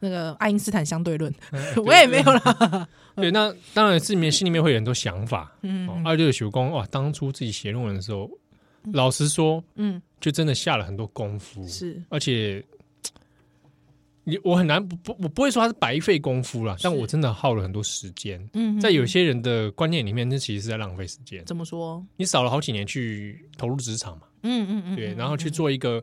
Speaker 3: 那个爱因斯坦相对论，
Speaker 2: 对
Speaker 3: [LAUGHS] 我也没有啦。
Speaker 2: 对，那当然是里面心里面会有很多想法。哦
Speaker 3: 嗯
Speaker 2: 二六九工哇，当初自己写论文的时候，老实说，
Speaker 3: 嗯，
Speaker 2: 就真的下了很多功夫，
Speaker 3: 是
Speaker 2: 而且你我很难不不我不会说它是白费功夫啦，但
Speaker 3: 是
Speaker 2: 我真的耗了很多时间。
Speaker 3: 嗯，
Speaker 2: 在有
Speaker 3: 嗯
Speaker 2: 些人的观念里面，那其实是在浪费时间。
Speaker 3: 怎么说？
Speaker 2: 你少了好几年去投入职场嘛，
Speaker 3: 嗯嗯嗯，
Speaker 2: 对，
Speaker 3: 嗯
Speaker 2: 然后去做一个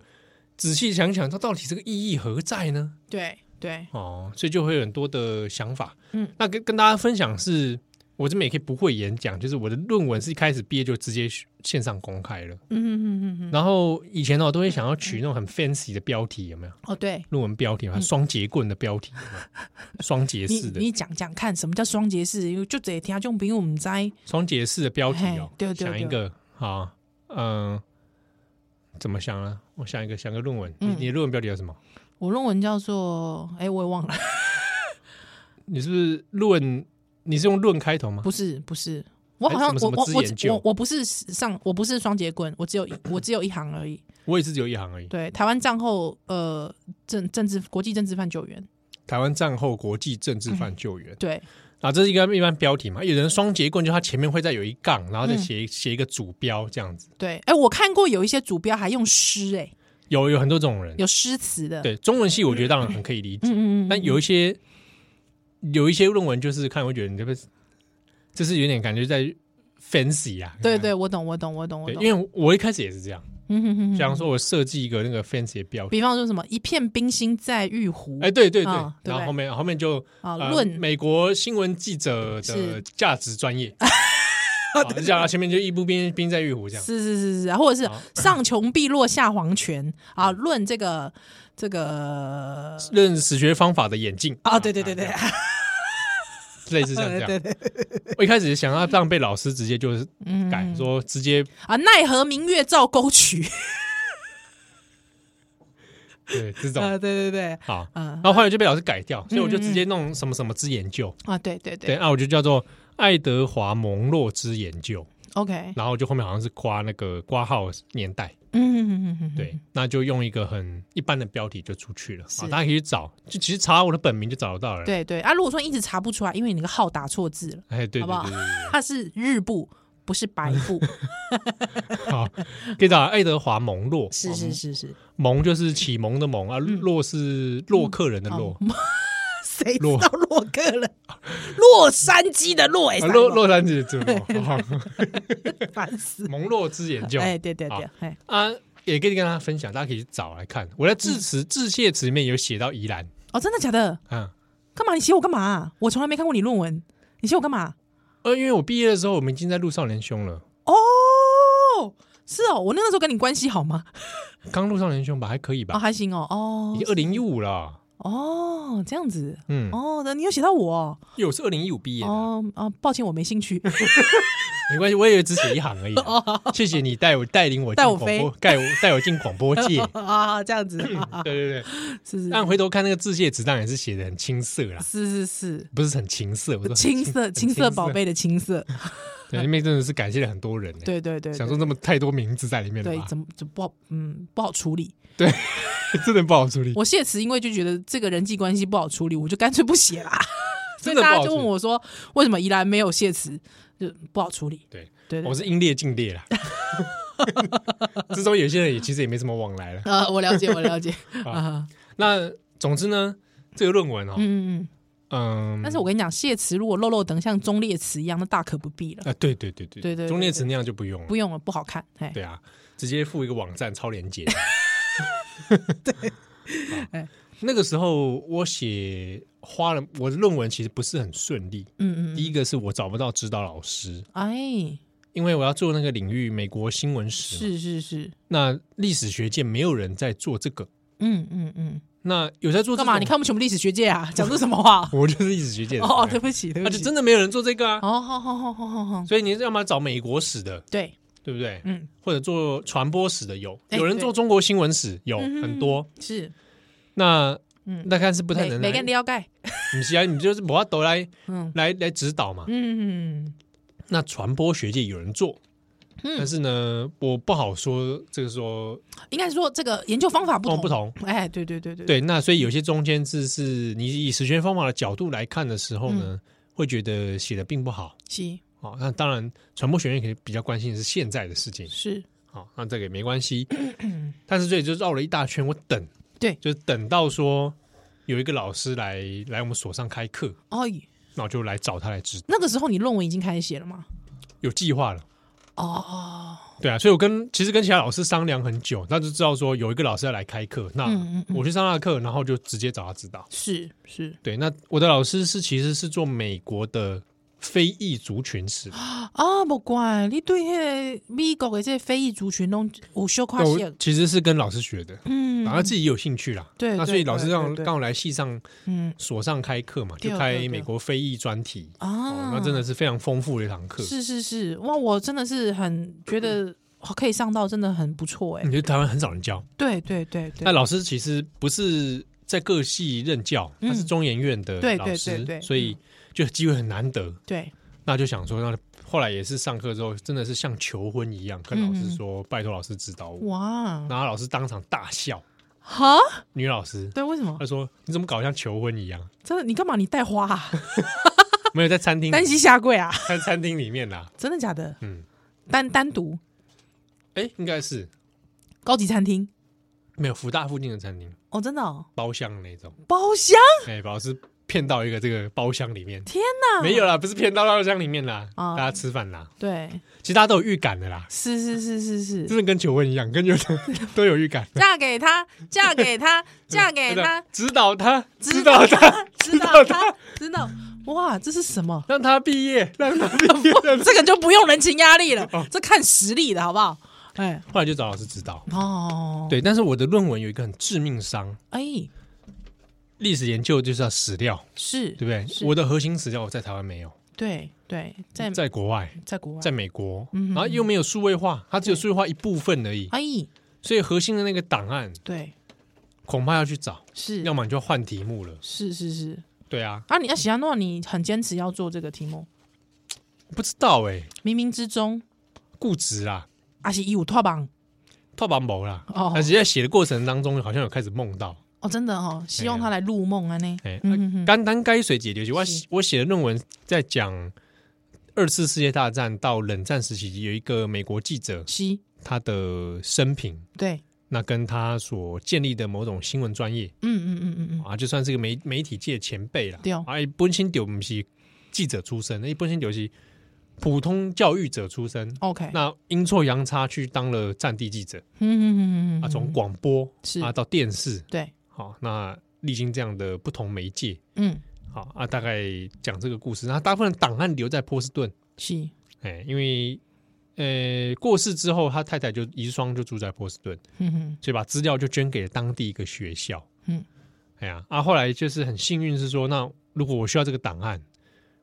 Speaker 2: 仔细想想，它到底这个意义何在呢？
Speaker 3: 嗯对对，
Speaker 2: 哦，所以就会有很多的想法。
Speaker 3: 嗯，
Speaker 2: 那跟跟大家分享是，我这边也可以不会演讲，就是我的论文是一开始毕业就直接线上公开了。
Speaker 3: 嗯嗯嗯嗯嗯，
Speaker 2: 然后以前哦呢，我都会想要取那种很 fancy 的标题，有没有？
Speaker 3: 哦，对
Speaker 2: 论文标题嘛，双节棍的标题，有没有双节
Speaker 3: 你
Speaker 2: 式的
Speaker 3: 你讲讲看，什么叫双节式？因为就这听众朋友们在
Speaker 2: 双节式的标题哦
Speaker 3: 嘿。对对
Speaker 2: 想一个好，嗯，怎么想啊？我想一个，想个论文。你
Speaker 3: 嗯
Speaker 2: 你的论文标题叫什么？
Speaker 3: 我论文叫做，哎，我也忘了， [LAUGHS]
Speaker 2: 你是不是论？你是用论开头吗？
Speaker 3: 不是不是，我
Speaker 2: 哎
Speaker 3: 好
Speaker 2: 什
Speaker 3: 像
Speaker 2: 么
Speaker 3: 我
Speaker 2: 什么
Speaker 3: 我
Speaker 2: 之
Speaker 3: 我
Speaker 2: 研
Speaker 3: 只
Speaker 2: 究
Speaker 3: 我我不是上我不是双节棍，我只有一我只有一行而已。
Speaker 2: 我也是只有一行而已。
Speaker 3: 对，台湾战后呃政政治国际政治犯救援，
Speaker 2: 台湾战后国际政治犯救援。
Speaker 3: 对，
Speaker 2: 啊，这是一个一般标题嘛。有人双节棍，就他前面会再有一杠，然后再
Speaker 3: 嗯
Speaker 2: 写写一个主标这样子。
Speaker 3: 对，哎、我看过有一些主标还用诗，哎，
Speaker 2: 有有很多种人，
Speaker 3: 有诗词的，，
Speaker 2: 对中文系我觉得当然很可以理解，
Speaker 3: 嗯嗯嗯，
Speaker 2: 但有一些有一些论文就是看，我觉得你这个就是有点感觉在 fancy 啊。
Speaker 3: 对对，我懂，我懂，我懂，我
Speaker 2: 对，
Speaker 3: 懂，
Speaker 2: 因为我一开始也是这样，
Speaker 3: 嗯哼哼哼
Speaker 2: 想说我设计一个那个 fancy 的标题。
Speaker 3: 比方说什么一片冰心在玉壶，
Speaker 2: 哎，对对对，
Speaker 3: 啊对
Speaker 2: 然后后面后面就
Speaker 3: 啊，
Speaker 2: 呃
Speaker 3: 论、
Speaker 2: 美国新闻记者的
Speaker 3: 是
Speaker 2: 价值专
Speaker 3: [LAUGHS]
Speaker 2: 业，啊就这样啊前面就一步兵兵在玉壶这样。
Speaker 3: 是是是是，或者
Speaker 2: 好
Speaker 3: 是上穷碧落下黄泉啊，论这个这个
Speaker 2: 认识学方法的眼镜
Speaker 3: 啊，对对对对，
Speaker 2: 类似像这
Speaker 3: [LAUGHS] 对
Speaker 2: 样。我一开始想要让被老师直接就是
Speaker 3: 嗯
Speaker 2: 改说直接
Speaker 3: 啊，奈何明月照沟渠，
Speaker 2: 对这
Speaker 3: 啊，
Speaker 2: 种
Speaker 3: 对对对，
Speaker 2: 好，
Speaker 3: 啊
Speaker 2: 然后后来就被老师改掉，所以我就直接弄什么什么之研究，
Speaker 3: 啊，对对
Speaker 2: 对
Speaker 3: 嗯对
Speaker 2: 啊，我就叫做爱德华蒙洛之研究，
Speaker 3: ，OK，
Speaker 2: 然后就后面好像是夸那个挂号年代，
Speaker 3: 嗯嗯嗯嗯，
Speaker 2: 对，那就用一个很一般的标题就出去了啊，
Speaker 3: 是
Speaker 2: 大家可以去找，就其实查我的本名就找得到了，，
Speaker 3: 对对啊，如果说一直查不出来，因为你那个号打错字了，
Speaker 2: 哎，对对对
Speaker 3: 好不好
Speaker 2: 对对对。
Speaker 3: 它是日部，不是白
Speaker 2: [LAUGHS]
Speaker 3: 部，
Speaker 2: 好，可以找爱德华蒙洛，
Speaker 3: [LAUGHS] 是是嗯是是，
Speaker 2: 蒙就是启蒙的蒙啊，洛是
Speaker 3: 嗯
Speaker 2: 洛克人的
Speaker 3: 哦
Speaker 2: 洛，
Speaker 3: 谁知
Speaker 2: 洛
Speaker 3: 道洛克人？洛杉矶的洛，哎
Speaker 2: 啊，洛洛杉矶之盟，
Speaker 3: [LAUGHS]
Speaker 2: 好
Speaker 3: 烦死！
Speaker 2: 蒙洛之研究
Speaker 3: 哎，对对
Speaker 2: 好
Speaker 3: 对，哎，
Speaker 2: 啊，也可以跟大家分享，大家可以去找来看。我在
Speaker 3: 嗯
Speaker 2: 致辞致谢词里面有写到宜兰
Speaker 3: 哦，真的假的？
Speaker 2: 啊，
Speaker 3: 干嘛？你写我干嘛、我从来没看过你论文，你写我干嘛？
Speaker 2: 呃，因为我毕业的时候我们已经在陆少年兄了，
Speaker 3: 哦，是哦，我那个时候跟你关系好吗？
Speaker 2: 刚陆少年兄吧，还可以
Speaker 3: 哦，
Speaker 2: 吧，
Speaker 3: 还行哦，哦
Speaker 2: 啊已经，二零一五了，
Speaker 3: 哦，这样子，
Speaker 2: 嗯，啊
Speaker 3: 哦，那你有写到我哦，
Speaker 2: 因为我是二零一五毕业的，
Speaker 3: 哦，哦抱歉，我没兴
Speaker 2: [LAUGHS]
Speaker 3: 趣，
Speaker 2: 没关系，我也只写一行而已。啊
Speaker 3: [LAUGHS]
Speaker 2: 谢谢你带我带领我进
Speaker 3: 哦带我
Speaker 2: 广播，[LAUGHS]
Speaker 3: 飞
Speaker 2: 带我带我进广播
Speaker 3: [LAUGHS]
Speaker 2: 界。
Speaker 3: 啊，这样子，啊
Speaker 2: 对对对，
Speaker 3: 是是
Speaker 2: 嗯但回头看那个致谢词，当然是写的很青涩啦，
Speaker 3: 是是是，
Speaker 2: 不是很情色，我说
Speaker 3: [LAUGHS] 青涩
Speaker 2: 很
Speaker 3: 青涩宝，贝的青涩，
Speaker 2: 很对，里面真的是感谢了很多人呢。
Speaker 3: 对对对，
Speaker 2: 想说这么太多名字在里面了
Speaker 3: 对，
Speaker 2: 吧，
Speaker 3: 怎么怎么不好，嗯，不好处理。
Speaker 2: 真的不好处理。
Speaker 3: 我谢词，因为就觉得这个人际关系不好处理，我就干脆不
Speaker 2: [LAUGHS]
Speaker 3: 写啦。所
Speaker 2: 真
Speaker 3: 以
Speaker 2: 的不好
Speaker 3: 大
Speaker 2: 处理
Speaker 3: 家就问我说，为什么宜兰没有谢词，就不好处理。
Speaker 2: 对，
Speaker 3: 对
Speaker 2: 我
Speaker 3: 对，
Speaker 2: 是英烈尽烈啦。之中有些人也其实也没什么往来了。
Speaker 3: [LAUGHS] 呃，我了解，我了解
Speaker 2: [LAUGHS]
Speaker 3: 啊，
Speaker 2: 那总之呢，这个论文哦，
Speaker 3: 嗯嗯嗯。
Speaker 2: 嗯，
Speaker 3: 但是我跟你讲，谢词如果漏漏等像忠烈词一样，那大可不必了，
Speaker 2: 啊，对对对对
Speaker 3: 对对对
Speaker 2: 中烈词那样就不用了
Speaker 3: 不，用了，不好看。哎，
Speaker 2: 对啊，直接附一个网站超连
Speaker 3: [LAUGHS]
Speaker 2: 接。对
Speaker 3: 哎，
Speaker 2: 那个时候我写花了，我的论文其实不是很顺利。
Speaker 3: 嗯嗯，
Speaker 2: 第一个是我找不到指导老师，
Speaker 3: 哎，
Speaker 2: 因为我要做那个领域美国新闻史嘛，
Speaker 3: 是是是，
Speaker 2: 那历史学界没有人在做这个，
Speaker 3: 嗯嗯嗯，
Speaker 2: 那有在做这
Speaker 3: 干嘛？
Speaker 2: 种？
Speaker 3: 你看我们全部历史学界啊，讲出什么话
Speaker 2: [LAUGHS] 我就是历史学界的，
Speaker 3: 哦，对
Speaker 2: [LAUGHS] 对
Speaker 3: 不起，对
Speaker 2: 那
Speaker 3: 不
Speaker 2: 就
Speaker 3: 起。
Speaker 2: 真的没有人做这个啊。
Speaker 3: 哦，好好好好好好，
Speaker 2: 所以你要么找美国史的，
Speaker 3: 对，
Speaker 2: 对不对？
Speaker 3: 嗯，
Speaker 2: 或者做传播史的有，
Speaker 3: 哎
Speaker 2: 有人做中国新闻史有
Speaker 3: 嗯哼
Speaker 2: 很多。
Speaker 3: 是，
Speaker 2: 那
Speaker 3: 嗯，
Speaker 2: 那看是不太能
Speaker 3: 每
Speaker 2: 来，
Speaker 3: 个人了解，
Speaker 2: 你是啊，你就是我要都来
Speaker 3: 嗯
Speaker 2: 来来指导嘛。
Speaker 3: 嗯
Speaker 2: 那传播学界有人做，但
Speaker 3: 嗯，
Speaker 2: 是呢，我不好说这个说哦
Speaker 3: 应该是说这个研究方法不
Speaker 2: 不同
Speaker 3: 同
Speaker 2: 不。同。
Speaker 3: 哎，对对对对，
Speaker 2: 对，那所以有些中间字是你以史学方法的角度来看的时候呢，
Speaker 3: 嗯
Speaker 2: 会觉得写的并不好。
Speaker 3: 是
Speaker 2: 哦，那当然，传播学院可能比较关心的是现在的事情。
Speaker 3: 是，
Speaker 2: 好、那这个也没关
Speaker 3: [CLEARS THROAT]
Speaker 2: 系。但是这里就绕了一大圈，我等，
Speaker 3: 对
Speaker 2: 就是等到说有一个老师来来我们所上开课，
Speaker 3: 哦，
Speaker 2: 那我就来找他来指，
Speaker 3: 那个时候你论文已经开始写了吗？
Speaker 2: 有计划了。
Speaker 3: 哦，
Speaker 2: 对啊，所以我跟其实跟其他老师商量很久，那就知道说有一个老师要来开课，那
Speaker 3: 嗯嗯嗯
Speaker 2: 我去上他的课，然后就直接找他指导。
Speaker 3: 是是，
Speaker 2: 对，那我的老师是其实是做美国的非裔族群史，
Speaker 3: 啊，不怪你对迄个美国的这个非裔族群拢有小
Speaker 2: 那
Speaker 3: 看
Speaker 2: 我
Speaker 3: 些，
Speaker 2: 其实是跟老师学的，
Speaker 3: 嗯
Speaker 2: 然后自己也有兴趣啦。
Speaker 3: 对
Speaker 2: 那所以老师
Speaker 3: 对
Speaker 2: 让
Speaker 3: 对对
Speaker 2: 刚好来系上
Speaker 3: 嗯
Speaker 2: 所上开课嘛，
Speaker 3: 对
Speaker 2: 就
Speaker 3: 哦对哦
Speaker 2: 开
Speaker 3: 对哦
Speaker 2: 美国非裔专题，哦
Speaker 3: 啊，
Speaker 2: 那真的是非常丰富的一堂课。
Speaker 3: 是是是，哇，我真的是很觉得哇可以上到，真的很不错哎、
Speaker 2: 你觉得台湾很少人教？
Speaker 3: 对对对
Speaker 2: 嗯那
Speaker 3: 对，
Speaker 2: 老师其实不是在各系任教，
Speaker 3: 嗯
Speaker 2: 他是中研院的
Speaker 3: 对对
Speaker 2: 老师，
Speaker 3: 对对嗯
Speaker 2: 所以就机会很难得。
Speaker 3: 对，
Speaker 2: 那就想说，那后来也是上课之后，真的是像求婚一样，跟老师说：“拜托老师指导我。
Speaker 3: 嗯哇”，
Speaker 2: 然后老师当场大笑，
Speaker 3: 哈，
Speaker 2: 女老师
Speaker 3: 对，为什么
Speaker 2: 她？说：“你怎么搞得像求婚一样 [LAUGHS]
Speaker 3: 真的，你干嘛？你带花、啊，？”
Speaker 2: 嗯没有在餐厅，
Speaker 3: [LAUGHS] 单膝下跪啊？
Speaker 2: 在餐厅里面啦。
Speaker 3: 真的假的？
Speaker 2: 嗯，
Speaker 3: 单单独
Speaker 2: 哎，应该是
Speaker 3: 高级餐厅
Speaker 2: 没有福大附近的餐厅，
Speaker 3: 哦，真的、哦、
Speaker 2: 包厢的那种。
Speaker 3: 包厢？
Speaker 2: 哎，把老师骗到一个这个包厢里面，
Speaker 3: 天哪，
Speaker 2: 没有啦，不是骗到包厢里面啦，
Speaker 3: 哦
Speaker 2: 大家吃饭啦，
Speaker 3: 对，
Speaker 2: 其实大家都有预感的啦，
Speaker 3: 是是是是是，
Speaker 2: 真的跟求婚一样，跟有都有预感。
Speaker 3: 嫁给他，嫁给他， [LAUGHS] 嫁给
Speaker 2: 对
Speaker 3: 他
Speaker 2: 的，指导他，指
Speaker 3: 指
Speaker 2: 导
Speaker 3: 导
Speaker 2: 他，
Speaker 3: 知道他，知道。哇，这是什么？
Speaker 2: 让他毕 [LAUGHS] 业，让他毕业。让他
Speaker 3: 这个就不用人情压力了，这看实力的好不好？哎，
Speaker 2: 后来就找老师指导。
Speaker 3: 哦，，
Speaker 2: 对，但是我的论文有一个很致命伤，
Speaker 3: 哎，
Speaker 2: 历史研究就是要史料，
Speaker 3: 是
Speaker 2: 对不对？
Speaker 3: 是
Speaker 2: 我的核心史料我在台湾没有，
Speaker 3: 对对，在
Speaker 2: 在国外，
Speaker 3: 在国外
Speaker 2: 在，美国，
Speaker 3: 嗯
Speaker 2: 然后又没有数位化，它只有数位化一部分而已，
Speaker 3: 哎，
Speaker 2: 所以核心的那个档案
Speaker 3: 对，
Speaker 2: 恐怕要去找，
Speaker 3: 是
Speaker 2: 要么你就要换题目了。
Speaker 3: 是是是。
Speaker 2: 对啊，
Speaker 3: 啊，你要喜欢的话，你很坚持要做这个题目，
Speaker 2: 不知道哎、
Speaker 3: 冥冥之中
Speaker 2: 固执啦，
Speaker 3: 啊是有托榜
Speaker 2: 套把毛啦。
Speaker 3: 哦
Speaker 2: 但是在写的过程当中，好像有开始梦到，
Speaker 3: 哦，真的哦，希望他来入梦啊呢。
Speaker 2: 哎、
Speaker 3: 嗯嗯嗯
Speaker 2: 单单该水解决我
Speaker 3: 是
Speaker 2: 我写的论文在讲二次世界大战到冷战时期，有一个美国记者
Speaker 3: 是，
Speaker 2: 他的生平，
Speaker 3: 对，
Speaker 2: 那跟他所建立的某种新闻专业
Speaker 3: 嗯嗯嗯嗯嗯，
Speaker 2: 啊，就算是个媒媒体界前辈啦。
Speaker 3: 对哦
Speaker 2: 啊，本身就不是记者出身，那本身就是普通教育者出身。
Speaker 3: ，OK，
Speaker 2: 那阴错阳差去当了战地记者
Speaker 3: 嗯嗯嗯嗯嗯
Speaker 2: 啊，
Speaker 3: 嗯，
Speaker 2: 从广播
Speaker 3: 是
Speaker 2: 啊到电视，
Speaker 3: 对，
Speaker 2: 好，那历经这样的不同媒介，
Speaker 3: 嗯
Speaker 2: 好啊，大概讲这个故事。那大部分档案留在波士顿，
Speaker 3: 是，
Speaker 2: 哎，因为呃过世之后，他太太就遗孀就住在波士顿，
Speaker 3: 嗯嗯
Speaker 2: 所以把资料就捐给了当地一个学校。
Speaker 3: 嗯，
Speaker 2: 哎呀，啊，后来就是很幸运是说，那如果我需要这个档案，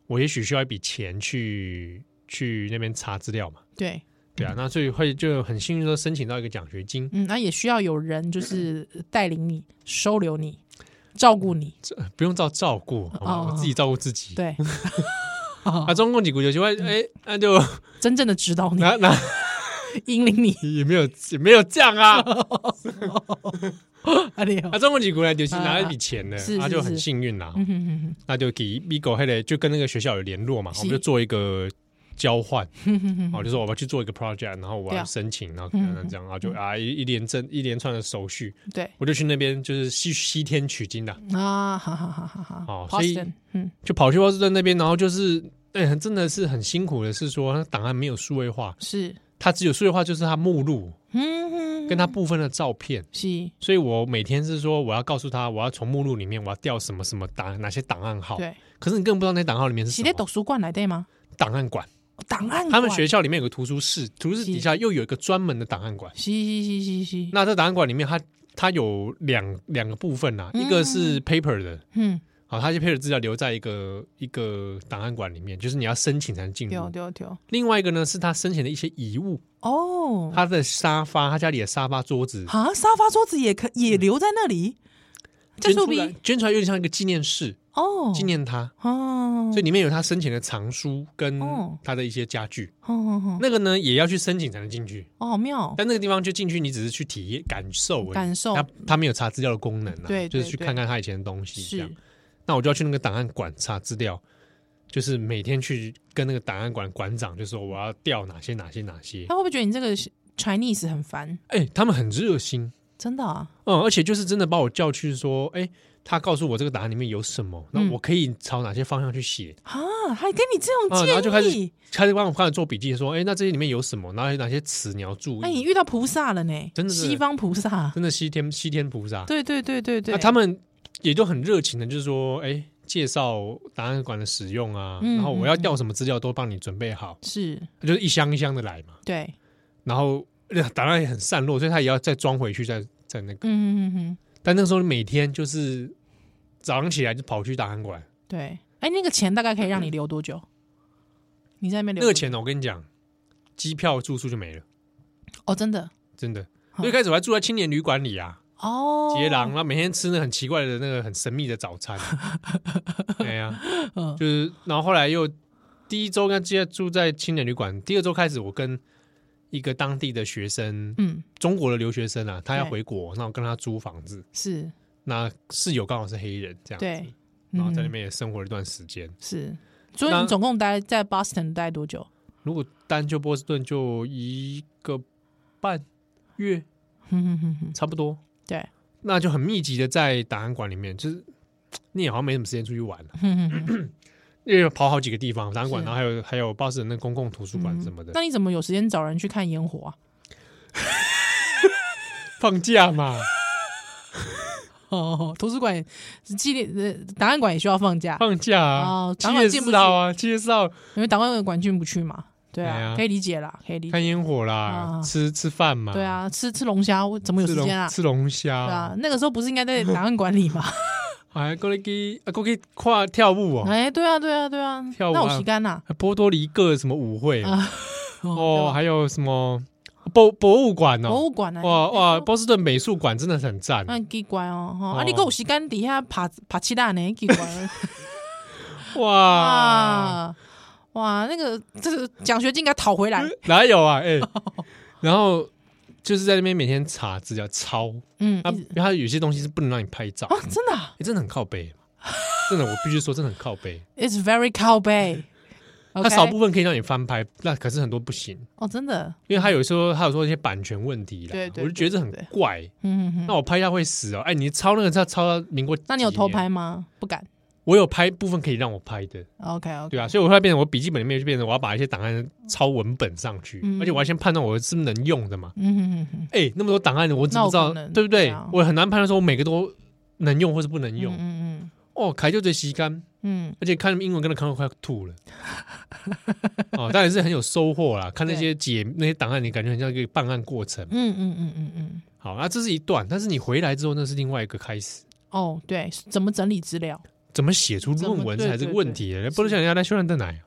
Speaker 2: 我也许需要一笔钱去去那边查资料嘛。
Speaker 3: 对。
Speaker 2: 对啊，那所以会就很幸运说申请到一个奖学金，
Speaker 3: 嗯，那也需要有人就是带领你、收留你、照顾你，
Speaker 2: 这不用照照顾，好吗
Speaker 3: 嗯哦
Speaker 2: 我自己照顾自己。
Speaker 3: 对，
Speaker 2: 啊，中共几股有些外，哎，那就
Speaker 3: 真正的指导你、
Speaker 2: 拿拿
Speaker 3: 引领你。
Speaker 2: 也没有也没有这样
Speaker 3: [LAUGHS]
Speaker 2: 啊。
Speaker 3: 啊，你好
Speaker 2: [LAUGHS] 啊，中国籍过来就是
Speaker 3: 啊
Speaker 2: 拿一笔钱的，
Speaker 3: 是
Speaker 2: 他
Speaker 3: 是
Speaker 2: 就很
Speaker 3: 是
Speaker 2: 幸运啦，
Speaker 3: [LAUGHS] 嗯哼哼
Speaker 2: 那就给 Bigo 黑的就跟那个学校有联络嘛，
Speaker 3: 是
Speaker 2: 我们就做一个交换，
Speaker 3: 哼哼哼
Speaker 2: 哦，
Speaker 3: 哼
Speaker 2: 就说我要去做一个 project，然后我
Speaker 3: 对
Speaker 2: 要
Speaker 3: 啊
Speaker 2: 申请，然后可
Speaker 3: 嗯
Speaker 2: 能这样啊，就啊一一连阵一连串的手续，
Speaker 3: 对
Speaker 2: 我就去那边就是西西天取经啦，
Speaker 3: 啊，哈哈哈哈哈。
Speaker 2: 嗯哦
Speaker 3: Boston，
Speaker 2: 所以
Speaker 3: 嗯，
Speaker 2: 就跑去波士顿那边，然后就是。哎、真的是很辛苦的，是说他档案没有数位化，
Speaker 3: 是，
Speaker 2: 它只有数位化就是它目录
Speaker 3: 嗯哼，
Speaker 2: 跟它部分的照片，
Speaker 3: 是，
Speaker 2: 所以我每天是说我要告诉他，我要从目录里面我要调什么什么档哪些档案号，
Speaker 3: 对，
Speaker 2: 可是你根本不知道那档案里面哦是
Speaker 3: 是
Speaker 2: 什
Speaker 3: 在
Speaker 2: 么
Speaker 3: 图书馆来对吗？
Speaker 2: 档案馆。
Speaker 3: 哦档案
Speaker 2: 他们
Speaker 3: 馆
Speaker 2: 学校里面有个图书室，图书室底下又有一个专门的档案馆。
Speaker 3: 是是是是是，
Speaker 2: 那这档案馆里面它，它它有两两个部分呐、啊一个是 paper 的，
Speaker 3: 嗯，
Speaker 2: 好，它就 paper 资料留在一个一个档案馆里面，就是你要申请才能进
Speaker 3: 对哦
Speaker 2: 入。
Speaker 3: 对对，
Speaker 2: 另外一个呢是他生前的一些遗物，
Speaker 3: 哦，
Speaker 2: 他的沙发，他家里的沙发、桌子
Speaker 3: 啊，沙发桌子也可也留在那里，这
Speaker 2: 嗯捐
Speaker 3: 出
Speaker 2: 出来
Speaker 3: 逼，
Speaker 2: 捐出来有点像一个纪念室，
Speaker 3: 哦，
Speaker 2: 纪念他。
Speaker 3: 哦，
Speaker 2: 所以里面有他生前的藏书跟
Speaker 3: 哦
Speaker 2: 他的一些家具，
Speaker 3: 哦哦哦
Speaker 2: 那个呢也要去申请才能进去。
Speaker 3: 哦，好妙，
Speaker 2: 但那个地方就进去，你只是去体验感受而已，
Speaker 3: 感受
Speaker 2: 他他没有查资料的功能啊，
Speaker 3: 对
Speaker 2: 就是
Speaker 3: 对
Speaker 2: 去
Speaker 3: 对
Speaker 2: 看看他以前的东西这样
Speaker 3: 是。
Speaker 2: 那我就要去那个档案馆查资料，就是每天去跟那个档案馆馆长就说我要调哪些哪些哪些。
Speaker 3: 他会不会觉得你这个 Chinese 很烦？
Speaker 2: 哎、他们很热心，
Speaker 3: 真的啊，
Speaker 2: 嗯，而且就是真的把我叫去说，哎、他告诉我这个档案里面有什么，那
Speaker 3: 嗯
Speaker 2: 我可以朝哪些方向去写，
Speaker 3: 啊，还给你这种
Speaker 2: 啊
Speaker 3: 建议？
Speaker 2: 然后就开始开始帮我开始做笔记，说，哎、那这些里面有什么，然后有哪些词你要注
Speaker 3: 那、
Speaker 2: 意，
Speaker 3: 你哎遇到菩萨了呢？
Speaker 2: 真的是
Speaker 3: 西方菩萨，
Speaker 2: 真的西天西天菩萨，
Speaker 3: 对对对对对。
Speaker 2: 那啊他们也都很热情的，就是说，哎、介绍档案馆的使用啊，
Speaker 3: 嗯
Speaker 2: 然后我
Speaker 3: 嗯
Speaker 2: 要调什么资料都帮你准备好，
Speaker 3: 是
Speaker 2: 就是一箱一箱的来嘛，
Speaker 3: 对，
Speaker 2: 然后呃档案也很散落，所以他也要再装回去，再再那个，
Speaker 3: 嗯嗯嗯，
Speaker 2: 但那时候每天就是早上起来就跑去档案馆。
Speaker 3: 对。哎，那个钱大概可以让你留多久？你在那边留
Speaker 2: 那个
Speaker 3: 多久
Speaker 2: 钱呢，我跟你讲，机票、住宿就没了，
Speaker 3: 哦，真的
Speaker 2: 真的。
Speaker 3: 好
Speaker 2: 最开始我还住在青年旅馆里啊，
Speaker 3: 哦，
Speaker 2: 杰郎，然后每天吃那很奇怪的那个很神秘的早
Speaker 3: [LAUGHS]
Speaker 2: 餐。哎呀，
Speaker 3: 嗯
Speaker 2: 就是，然后后来又第一周跟接住在青年旅馆，第二周开始我跟一个当地的学生，
Speaker 3: 嗯
Speaker 2: 中国的留学生啊，他要
Speaker 3: 对
Speaker 2: 回国，那我跟他租房子，
Speaker 3: 是，
Speaker 2: 那室友刚好是黑人，这样子
Speaker 3: 对，
Speaker 2: 然后在那
Speaker 3: 嗯
Speaker 2: 边也生活了一段时间。
Speaker 3: 是。所以
Speaker 2: 那
Speaker 3: 你总共待在 Boston 待多久？
Speaker 2: 如果单就波士顿就一个半月，
Speaker 3: 哼哼哼哼，
Speaker 2: 差不多。
Speaker 3: 对，
Speaker 2: 那就很密集的在档案馆里面，就是你也好像没什么时间出去
Speaker 3: [LAUGHS]
Speaker 2: 玩了、啊
Speaker 3: 哼哼哼
Speaker 2: 因为跑好几个地方，档案馆，
Speaker 3: 是嗯
Speaker 2: 然后还有还有巴士人那公共图书馆什么的，
Speaker 3: 那你怎么有时间找人去看烟火啊？
Speaker 2: 放假
Speaker 3: [LAUGHS]
Speaker 2: 嘛，
Speaker 3: 哦，图书馆、纪念、呃档案馆也需要放假，
Speaker 2: 放假啊
Speaker 3: 哦，
Speaker 2: 七
Speaker 3: 档
Speaker 2: 月
Speaker 3: 案进不
Speaker 2: 四号啊，七月四号
Speaker 3: 因为档案馆进不去嘛。对
Speaker 2: 对啊
Speaker 3: 啊，可以理解啦，可以理解。
Speaker 2: 看烟火啦，
Speaker 3: 啊
Speaker 2: 吃吃饭嘛，
Speaker 3: 对，啊，吃吃龙虾我怎么有
Speaker 2: 吃
Speaker 3: 时间
Speaker 2: 龙
Speaker 3: 啊？
Speaker 2: 吃龙虾
Speaker 3: 对啊
Speaker 2: 啊，，
Speaker 3: 那个时候不是应
Speaker 2: [LAUGHS]
Speaker 3: 该在档案馆里吗？
Speaker 2: 还过来给啊过去跨跳舞哦，
Speaker 3: 哎，对啊，对啊，对啊，
Speaker 2: 跳舞啊
Speaker 3: 那我时间呐，
Speaker 2: 还波多黎各什么舞会
Speaker 3: 啊
Speaker 2: 哦，
Speaker 3: 对吧啊
Speaker 2: 还有什么博博物馆
Speaker 3: 博
Speaker 2: 哦，
Speaker 3: 物馆啊，
Speaker 2: 哇哇，波士顿美术馆真的很赞，
Speaker 3: 那奇怪哦，吼
Speaker 2: 哦
Speaker 3: 啊，你够有时间底下爬爬鸡蛋呢，奇怪
Speaker 2: [LAUGHS] 哇。
Speaker 3: 啊！ [LAUGHS] 哇，那个这个奖学金给他讨回来，
Speaker 2: [LAUGHS] 哪有啊？哎、然后就是在那边每天查资料、抄，
Speaker 3: 嗯
Speaker 2: 他
Speaker 3: 一直
Speaker 2: 他有些东西是不能让你拍照，
Speaker 3: 啊，真的啊
Speaker 2: 哎真的很靠背，真的，我必须说，真的很靠
Speaker 3: [LAUGHS]
Speaker 2: 背。
Speaker 3: ，It's very cowboy，
Speaker 2: 它少部分可以让你翻拍，那可是很多不行，
Speaker 3: 哦，真的，
Speaker 2: 因为它有时候它有说一些版权问题啦，
Speaker 3: 对对
Speaker 2: 我就觉得这很怪。
Speaker 3: 嗯哼
Speaker 2: 那
Speaker 3: 哼，
Speaker 2: 我拍一下会死哦，哎，你抄那个要抄到民国，
Speaker 3: 那你有偷？拍吗？不敢
Speaker 2: 我有拍部分可以让我拍的，
Speaker 3: ，OK OK，
Speaker 2: 对啊，所以我后来变成我笔记本里面就变成我要把一些档案抄文本上去，
Speaker 3: 嗯
Speaker 2: 而且我要先判断我是不是能用的嘛。
Speaker 3: 嗯哼哼哼，
Speaker 2: 哎、那么多档案，我怎
Speaker 3: 那
Speaker 2: 么
Speaker 3: 我
Speaker 2: 知道
Speaker 3: 不？能
Speaker 2: 对不对？
Speaker 3: 对啊
Speaker 2: 我很难判断说我每个都能用或是不能用。
Speaker 3: 嗯嗯
Speaker 2: 哦，凯就最吸干，
Speaker 3: 嗯
Speaker 2: 而且看英文跟的看到快要吐
Speaker 3: [LAUGHS]
Speaker 2: 了。哦，当然是很有收获啦。看那些解那些档案，你感觉很像一个办案过程
Speaker 3: 嗯。嗯嗯嗯嗯嗯，
Speaker 2: 好，那、这是一段，但是你回来之后，那是另外一个开始。
Speaker 3: 哦，对，怎么整理资料？
Speaker 2: 怎么写出
Speaker 3: 怎么
Speaker 2: 论文
Speaker 3: 对
Speaker 2: 才是
Speaker 3: 对
Speaker 2: 个问
Speaker 3: 对
Speaker 2: 题？啊不能想人家来修炼的奶。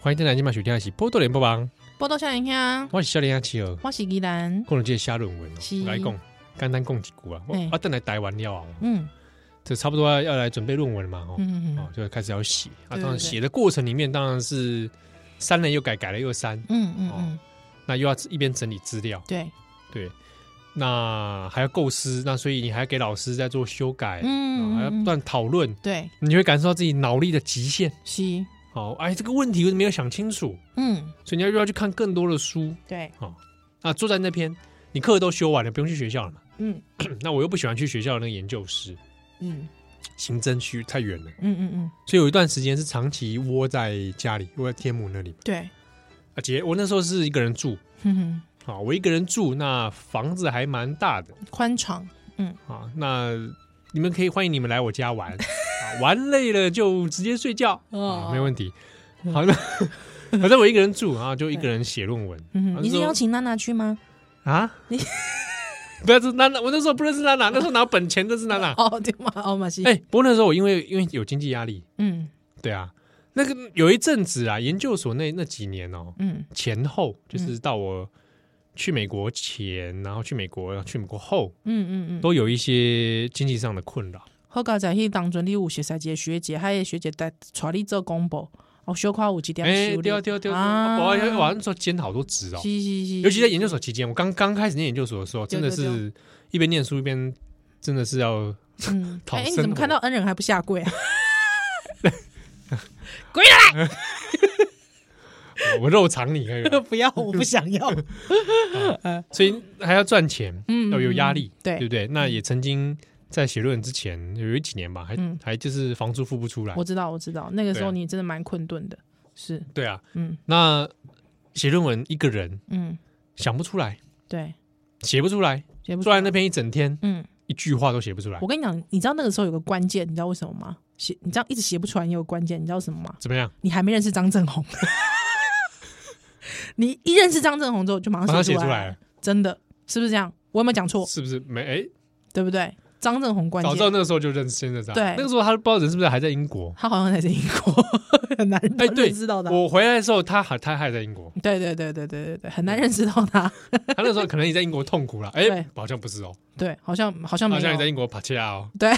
Speaker 2: 欢迎登来今晚收听的是《波多连播帮》，
Speaker 3: 报道少年兄，
Speaker 2: 我是少年阿七儿，
Speaker 3: 啊我是宜兰，
Speaker 2: 共了这写论文哦，
Speaker 3: 是哎
Speaker 2: 我来讲，简单讲几句啊，我
Speaker 3: 嘿
Speaker 2: 我等来台湾了啊，
Speaker 3: 嗯
Speaker 2: 这差不多要要来准备论文了嘛，哦，
Speaker 3: 嗯
Speaker 2: 哦
Speaker 3: 嗯，
Speaker 2: 就开始要写啊，
Speaker 3: 对对
Speaker 2: 当然
Speaker 3: 对
Speaker 2: 写的过程里面当然是删了又改，改了又删，
Speaker 3: 嗯嗯嗯，
Speaker 2: 那又要一边整理资料，
Speaker 3: 对，
Speaker 2: 对，那还要构思，那所以你还要给老师在做修改，
Speaker 3: 嗯
Speaker 2: 哦还要不
Speaker 3: 嗯嗯
Speaker 2: 断讨论，
Speaker 3: 对，
Speaker 2: 你会感受到自己脑力的极限。
Speaker 3: 是，
Speaker 2: 好，哎，这个问题我没有想清楚，
Speaker 3: 嗯
Speaker 2: 所以你要又要去看更多的书
Speaker 3: 对，
Speaker 2: 啊。坐在那边，你课都修完了，不用去学校了嘛。
Speaker 3: 嗯
Speaker 2: 那我又不喜欢去学校的那个研究室，
Speaker 3: 嗯
Speaker 2: 行政区太远了，
Speaker 3: 嗯嗯嗯，
Speaker 2: 所以有一段时间是长期窝在家里，窝在天母那里。
Speaker 3: 对，嗯
Speaker 2: 啊，姐，我那时候是一个人住
Speaker 3: 哼哼，
Speaker 2: 啊，我一个人住，那房子还蛮大的
Speaker 3: 宽敞，
Speaker 2: 啊。那你们可以欢迎你们来我家
Speaker 3: [LAUGHS]
Speaker 2: 玩，啊、玩累了就直接睡觉
Speaker 3: 哦嗯
Speaker 2: 啊，没问题。好，那 [LAUGHS] 反正我一个人住啊，就一个人写论文
Speaker 3: 嗯
Speaker 2: 啊
Speaker 3: 哼，你
Speaker 2: 那
Speaker 3: 是
Speaker 2: 时候
Speaker 3: 邀请娜娜去吗？
Speaker 2: 啊。
Speaker 3: 你
Speaker 2: [LAUGHS] 不要是娜娜，我那时候不认识娜娜，那时候拿本钱认识娜娜。
Speaker 3: [LAUGHS] 哦，对嘛，哦嘛是，
Speaker 2: 哎、不过那时候我因为因为有经济压力，
Speaker 3: 嗯
Speaker 2: 对啊，那个有一阵子啊，研究所那那几年哦、
Speaker 3: 嗯
Speaker 2: 前后，就是到我去美国前，然后去美国，然后去美国后，
Speaker 3: 嗯嗯嗯，
Speaker 2: 都有一些经济上的困扰。
Speaker 3: 好佳在迄当中，你有熟悉一个学姐，还有学姐带带你做公布，哦，小可有一点
Speaker 2: 哎，
Speaker 3: 修
Speaker 2: 对啊
Speaker 3: 炼，
Speaker 2: 对啊对
Speaker 3: 啊
Speaker 2: 啊，我我我那时候兼好多职哦，
Speaker 3: 是是是，
Speaker 2: 尤其在研究所期间，我刚刚开始念研究所的时候，
Speaker 3: 对
Speaker 2: 真的
Speaker 3: 对对
Speaker 2: 是一边念书一边真的是要
Speaker 3: 嗯，
Speaker 2: 讨
Speaker 3: 哎，你
Speaker 2: 生
Speaker 3: 怎么
Speaker 2: 活
Speaker 3: 看到恩人还不下跪啊？ [LAUGHS]
Speaker 2: 我肉偿你，可
Speaker 3: [LAUGHS]
Speaker 2: 以吗
Speaker 3: 不要，我不
Speaker 2: [LAUGHS]
Speaker 3: 想要。
Speaker 2: 所以还要赚钱，
Speaker 3: 嗯
Speaker 2: 要有压力，
Speaker 3: 对
Speaker 2: 对不对？那也曾经在写论文之前有一几年吧，还
Speaker 3: 嗯
Speaker 2: 还就是房租付不出来
Speaker 3: 我，知道，我知道，那个时候
Speaker 2: 对啊
Speaker 3: 你真的蛮困顿的。是，
Speaker 2: 对啊，
Speaker 3: 嗯
Speaker 2: 那写论文一个人
Speaker 3: 嗯，
Speaker 2: 想不出来，
Speaker 3: 对，
Speaker 2: 写不出来，
Speaker 3: 写不出
Speaker 2: 坐在
Speaker 3: 来。
Speaker 2: 那边一整天，
Speaker 3: 嗯，
Speaker 2: 一句话都写不出来
Speaker 3: 我，跟你讲，你知道那个时候有个关键，你知道为什么吗？写你这样一直写不出来，也有关键，你知道什么吗？
Speaker 2: 怎么样？
Speaker 3: 你还没认识张正红。 [LAUGHS] 你一认识张正红之后，就马
Speaker 2: 把它
Speaker 3: 上
Speaker 2: 写出
Speaker 3: 出
Speaker 2: 来
Speaker 3: 来了，
Speaker 2: 了，
Speaker 3: 真的是不是这样？我有没有讲错？
Speaker 2: 是不是？没哎，
Speaker 3: 对不对？张正红关
Speaker 2: 早知道
Speaker 3: 键，
Speaker 2: 那个时候就认识现在这样。
Speaker 3: 对
Speaker 2: 那个时候他不知道人是不是还在英国。
Speaker 3: 他好像还在英国，很难
Speaker 2: 哎对
Speaker 3: 认识到他。
Speaker 2: 我回来的时候，他还他还在英国，
Speaker 3: 对对对对对对对，很难认识到他。
Speaker 2: [LAUGHS] 他那时候可能也在英国痛苦了。
Speaker 3: 对
Speaker 2: 哎，好像不是哦，
Speaker 3: 对，好像好像没
Speaker 2: 好
Speaker 3: 有。
Speaker 2: 像也在英国爬恰哦。 [LAUGHS]
Speaker 3: 对，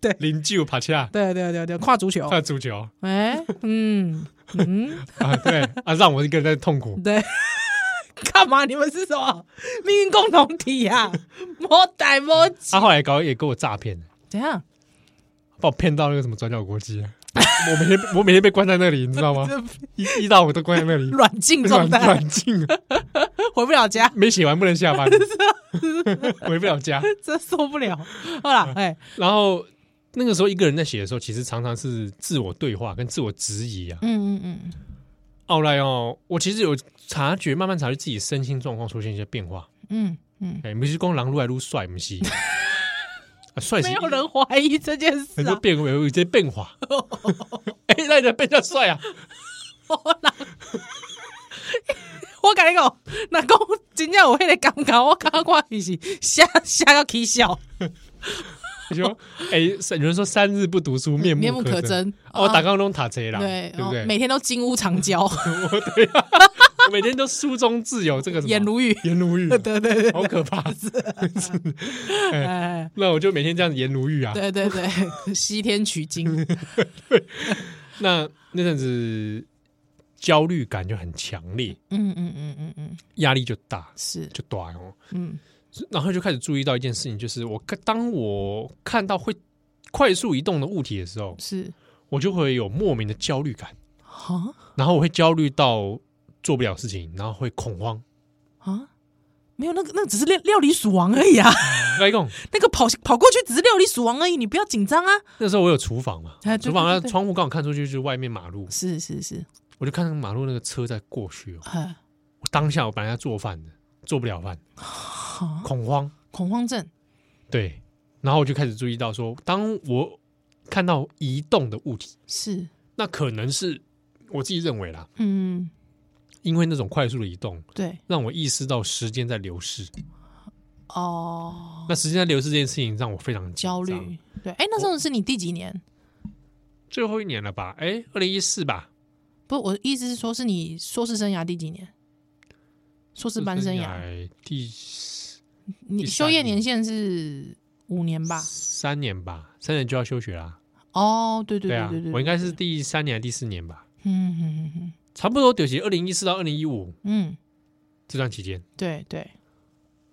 Speaker 3: 对哦
Speaker 2: 邻居爬恰，
Speaker 3: 对对对对，跨足球，
Speaker 2: 他的足球
Speaker 3: 哎、嗯嗯，
Speaker 2: 啊，对啊，让我一个人在痛苦。
Speaker 3: 对， [LAUGHS] 干嘛？你们是什么命运共同体
Speaker 2: [LAUGHS]
Speaker 3: 呀、啊？莫逮莫
Speaker 2: 他后来搞也给我诈骗，
Speaker 3: 怎样？
Speaker 2: 把我骗到那个什么转角国际啊。我每天我每天被关在那里，你知道
Speaker 3: [LAUGHS]
Speaker 2: 吗？一一到五都关在那里，
Speaker 3: 软禁状
Speaker 2: 软
Speaker 3: 态，
Speaker 2: 软禁啊。
Speaker 3: [LAUGHS] 回不了家，
Speaker 2: 没写完不能下
Speaker 3: [LAUGHS]
Speaker 2: 班，
Speaker 3: 啊
Speaker 2: [LAUGHS] 回不了家。
Speaker 3: 真受不了。好啦，哎、
Speaker 2: 然后那个时候一个人在写的时候，其实常常是自我对话跟自我质疑啊。
Speaker 3: 嗯嗯嗯，
Speaker 2: 后来哦，我其实有察觉，慢慢察觉自己身心状况出现一些变化。
Speaker 3: 嗯嗯，
Speaker 2: 哎，不是光狼撸来撸帅，不
Speaker 3: [LAUGHS]
Speaker 2: 是啊，帅是
Speaker 3: 没有人怀疑这件事
Speaker 2: 很多
Speaker 3: 啊。
Speaker 2: 变有有一些变
Speaker 3: [LAUGHS]
Speaker 2: 化。哎，那人变叫帅啊，
Speaker 3: 我跟你讲，那讲真正有迄个感觉，我感觉我就是吓吓到起笑，
Speaker 2: 你说哎，有人说三日不读书，面
Speaker 3: 面
Speaker 2: 目
Speaker 3: 目可
Speaker 2: 可憎。
Speaker 3: 憎。
Speaker 2: 哦，打
Speaker 3: 个
Speaker 2: 刚中塔贼啦，
Speaker 3: 对
Speaker 2: 对不
Speaker 3: 哦
Speaker 2: 对？
Speaker 3: 每天都金屋藏娇，
Speaker 2: 我每天都书中自有这个什么
Speaker 3: 眼如玉。
Speaker 2: 颜如玉，
Speaker 3: [LAUGHS] 对对对，
Speaker 2: 好可
Speaker 3: [LAUGHS]
Speaker 2: 怕。
Speaker 3: 哎，
Speaker 2: 那我就每天这样颜如玉啊。
Speaker 3: 对对对，西天取经，
Speaker 2: 那那阵子焦虑感就很强烈，
Speaker 3: 嗯嗯嗯嗯嗯，
Speaker 2: 压力就大， [LAUGHS]
Speaker 3: 是，
Speaker 2: 就大哦。
Speaker 3: 嗯
Speaker 2: 然后就开始注意到一件事情，就是我看当我看到会快速移动的物体的时候，
Speaker 3: 是，
Speaker 2: 我就会有莫名的焦虑感，
Speaker 3: 啊
Speaker 2: 然后我会焦虑到做不了事情，然后会恐慌。
Speaker 3: 啊，没有那个，那个只是料料理鼠王而已啊，
Speaker 2: 来讲，
Speaker 3: 那个跑跑过去只是料理鼠王而已，你不要紧张啊，
Speaker 2: 那时候我有厨房嘛
Speaker 3: 哎，对
Speaker 2: 厨房
Speaker 3: 对
Speaker 2: 那
Speaker 3: 对对
Speaker 2: 窗户刚好看出去就是外面马路，
Speaker 3: 是是是，
Speaker 2: 我就看到马路那个车在过去哦。
Speaker 3: 哎，
Speaker 2: 我当下我本来要做饭的，做不了饭，
Speaker 3: 好，
Speaker 2: 恐慌。
Speaker 3: 恐慌症，
Speaker 2: 对，然后我就开始注意到说，当我看到移动的物体，
Speaker 3: 是，
Speaker 2: 那可能是我自己认为啦，
Speaker 3: 嗯，
Speaker 2: 因为那种快速的移动，
Speaker 3: 对，
Speaker 2: 让我意识到时间在流逝。
Speaker 3: 哦，
Speaker 2: 那时间在流逝这件事情让我非常紧
Speaker 3: 焦
Speaker 2: 张
Speaker 3: 虑。，对，哎，那时候是你第几年？
Speaker 2: 最后一年了吧？哎，二零一四吧？
Speaker 3: 不，我的意思是说，是你硕士生涯第几年？硕士班生涯，
Speaker 2: 涯哎第四
Speaker 3: 你
Speaker 2: 第
Speaker 3: 修
Speaker 2: 三
Speaker 3: 业
Speaker 2: 年
Speaker 3: 年限是五年吧？
Speaker 2: 三年吧，三年就要休学啦。
Speaker 3: 哦，对对对
Speaker 2: 啊
Speaker 3: 对对，
Speaker 2: 我应该是第三年还是第四年吧，
Speaker 3: 嗯嗯嗯
Speaker 2: 差不多就是二零一四到二零一五
Speaker 3: 嗯，
Speaker 2: 这段期间。
Speaker 3: 对对，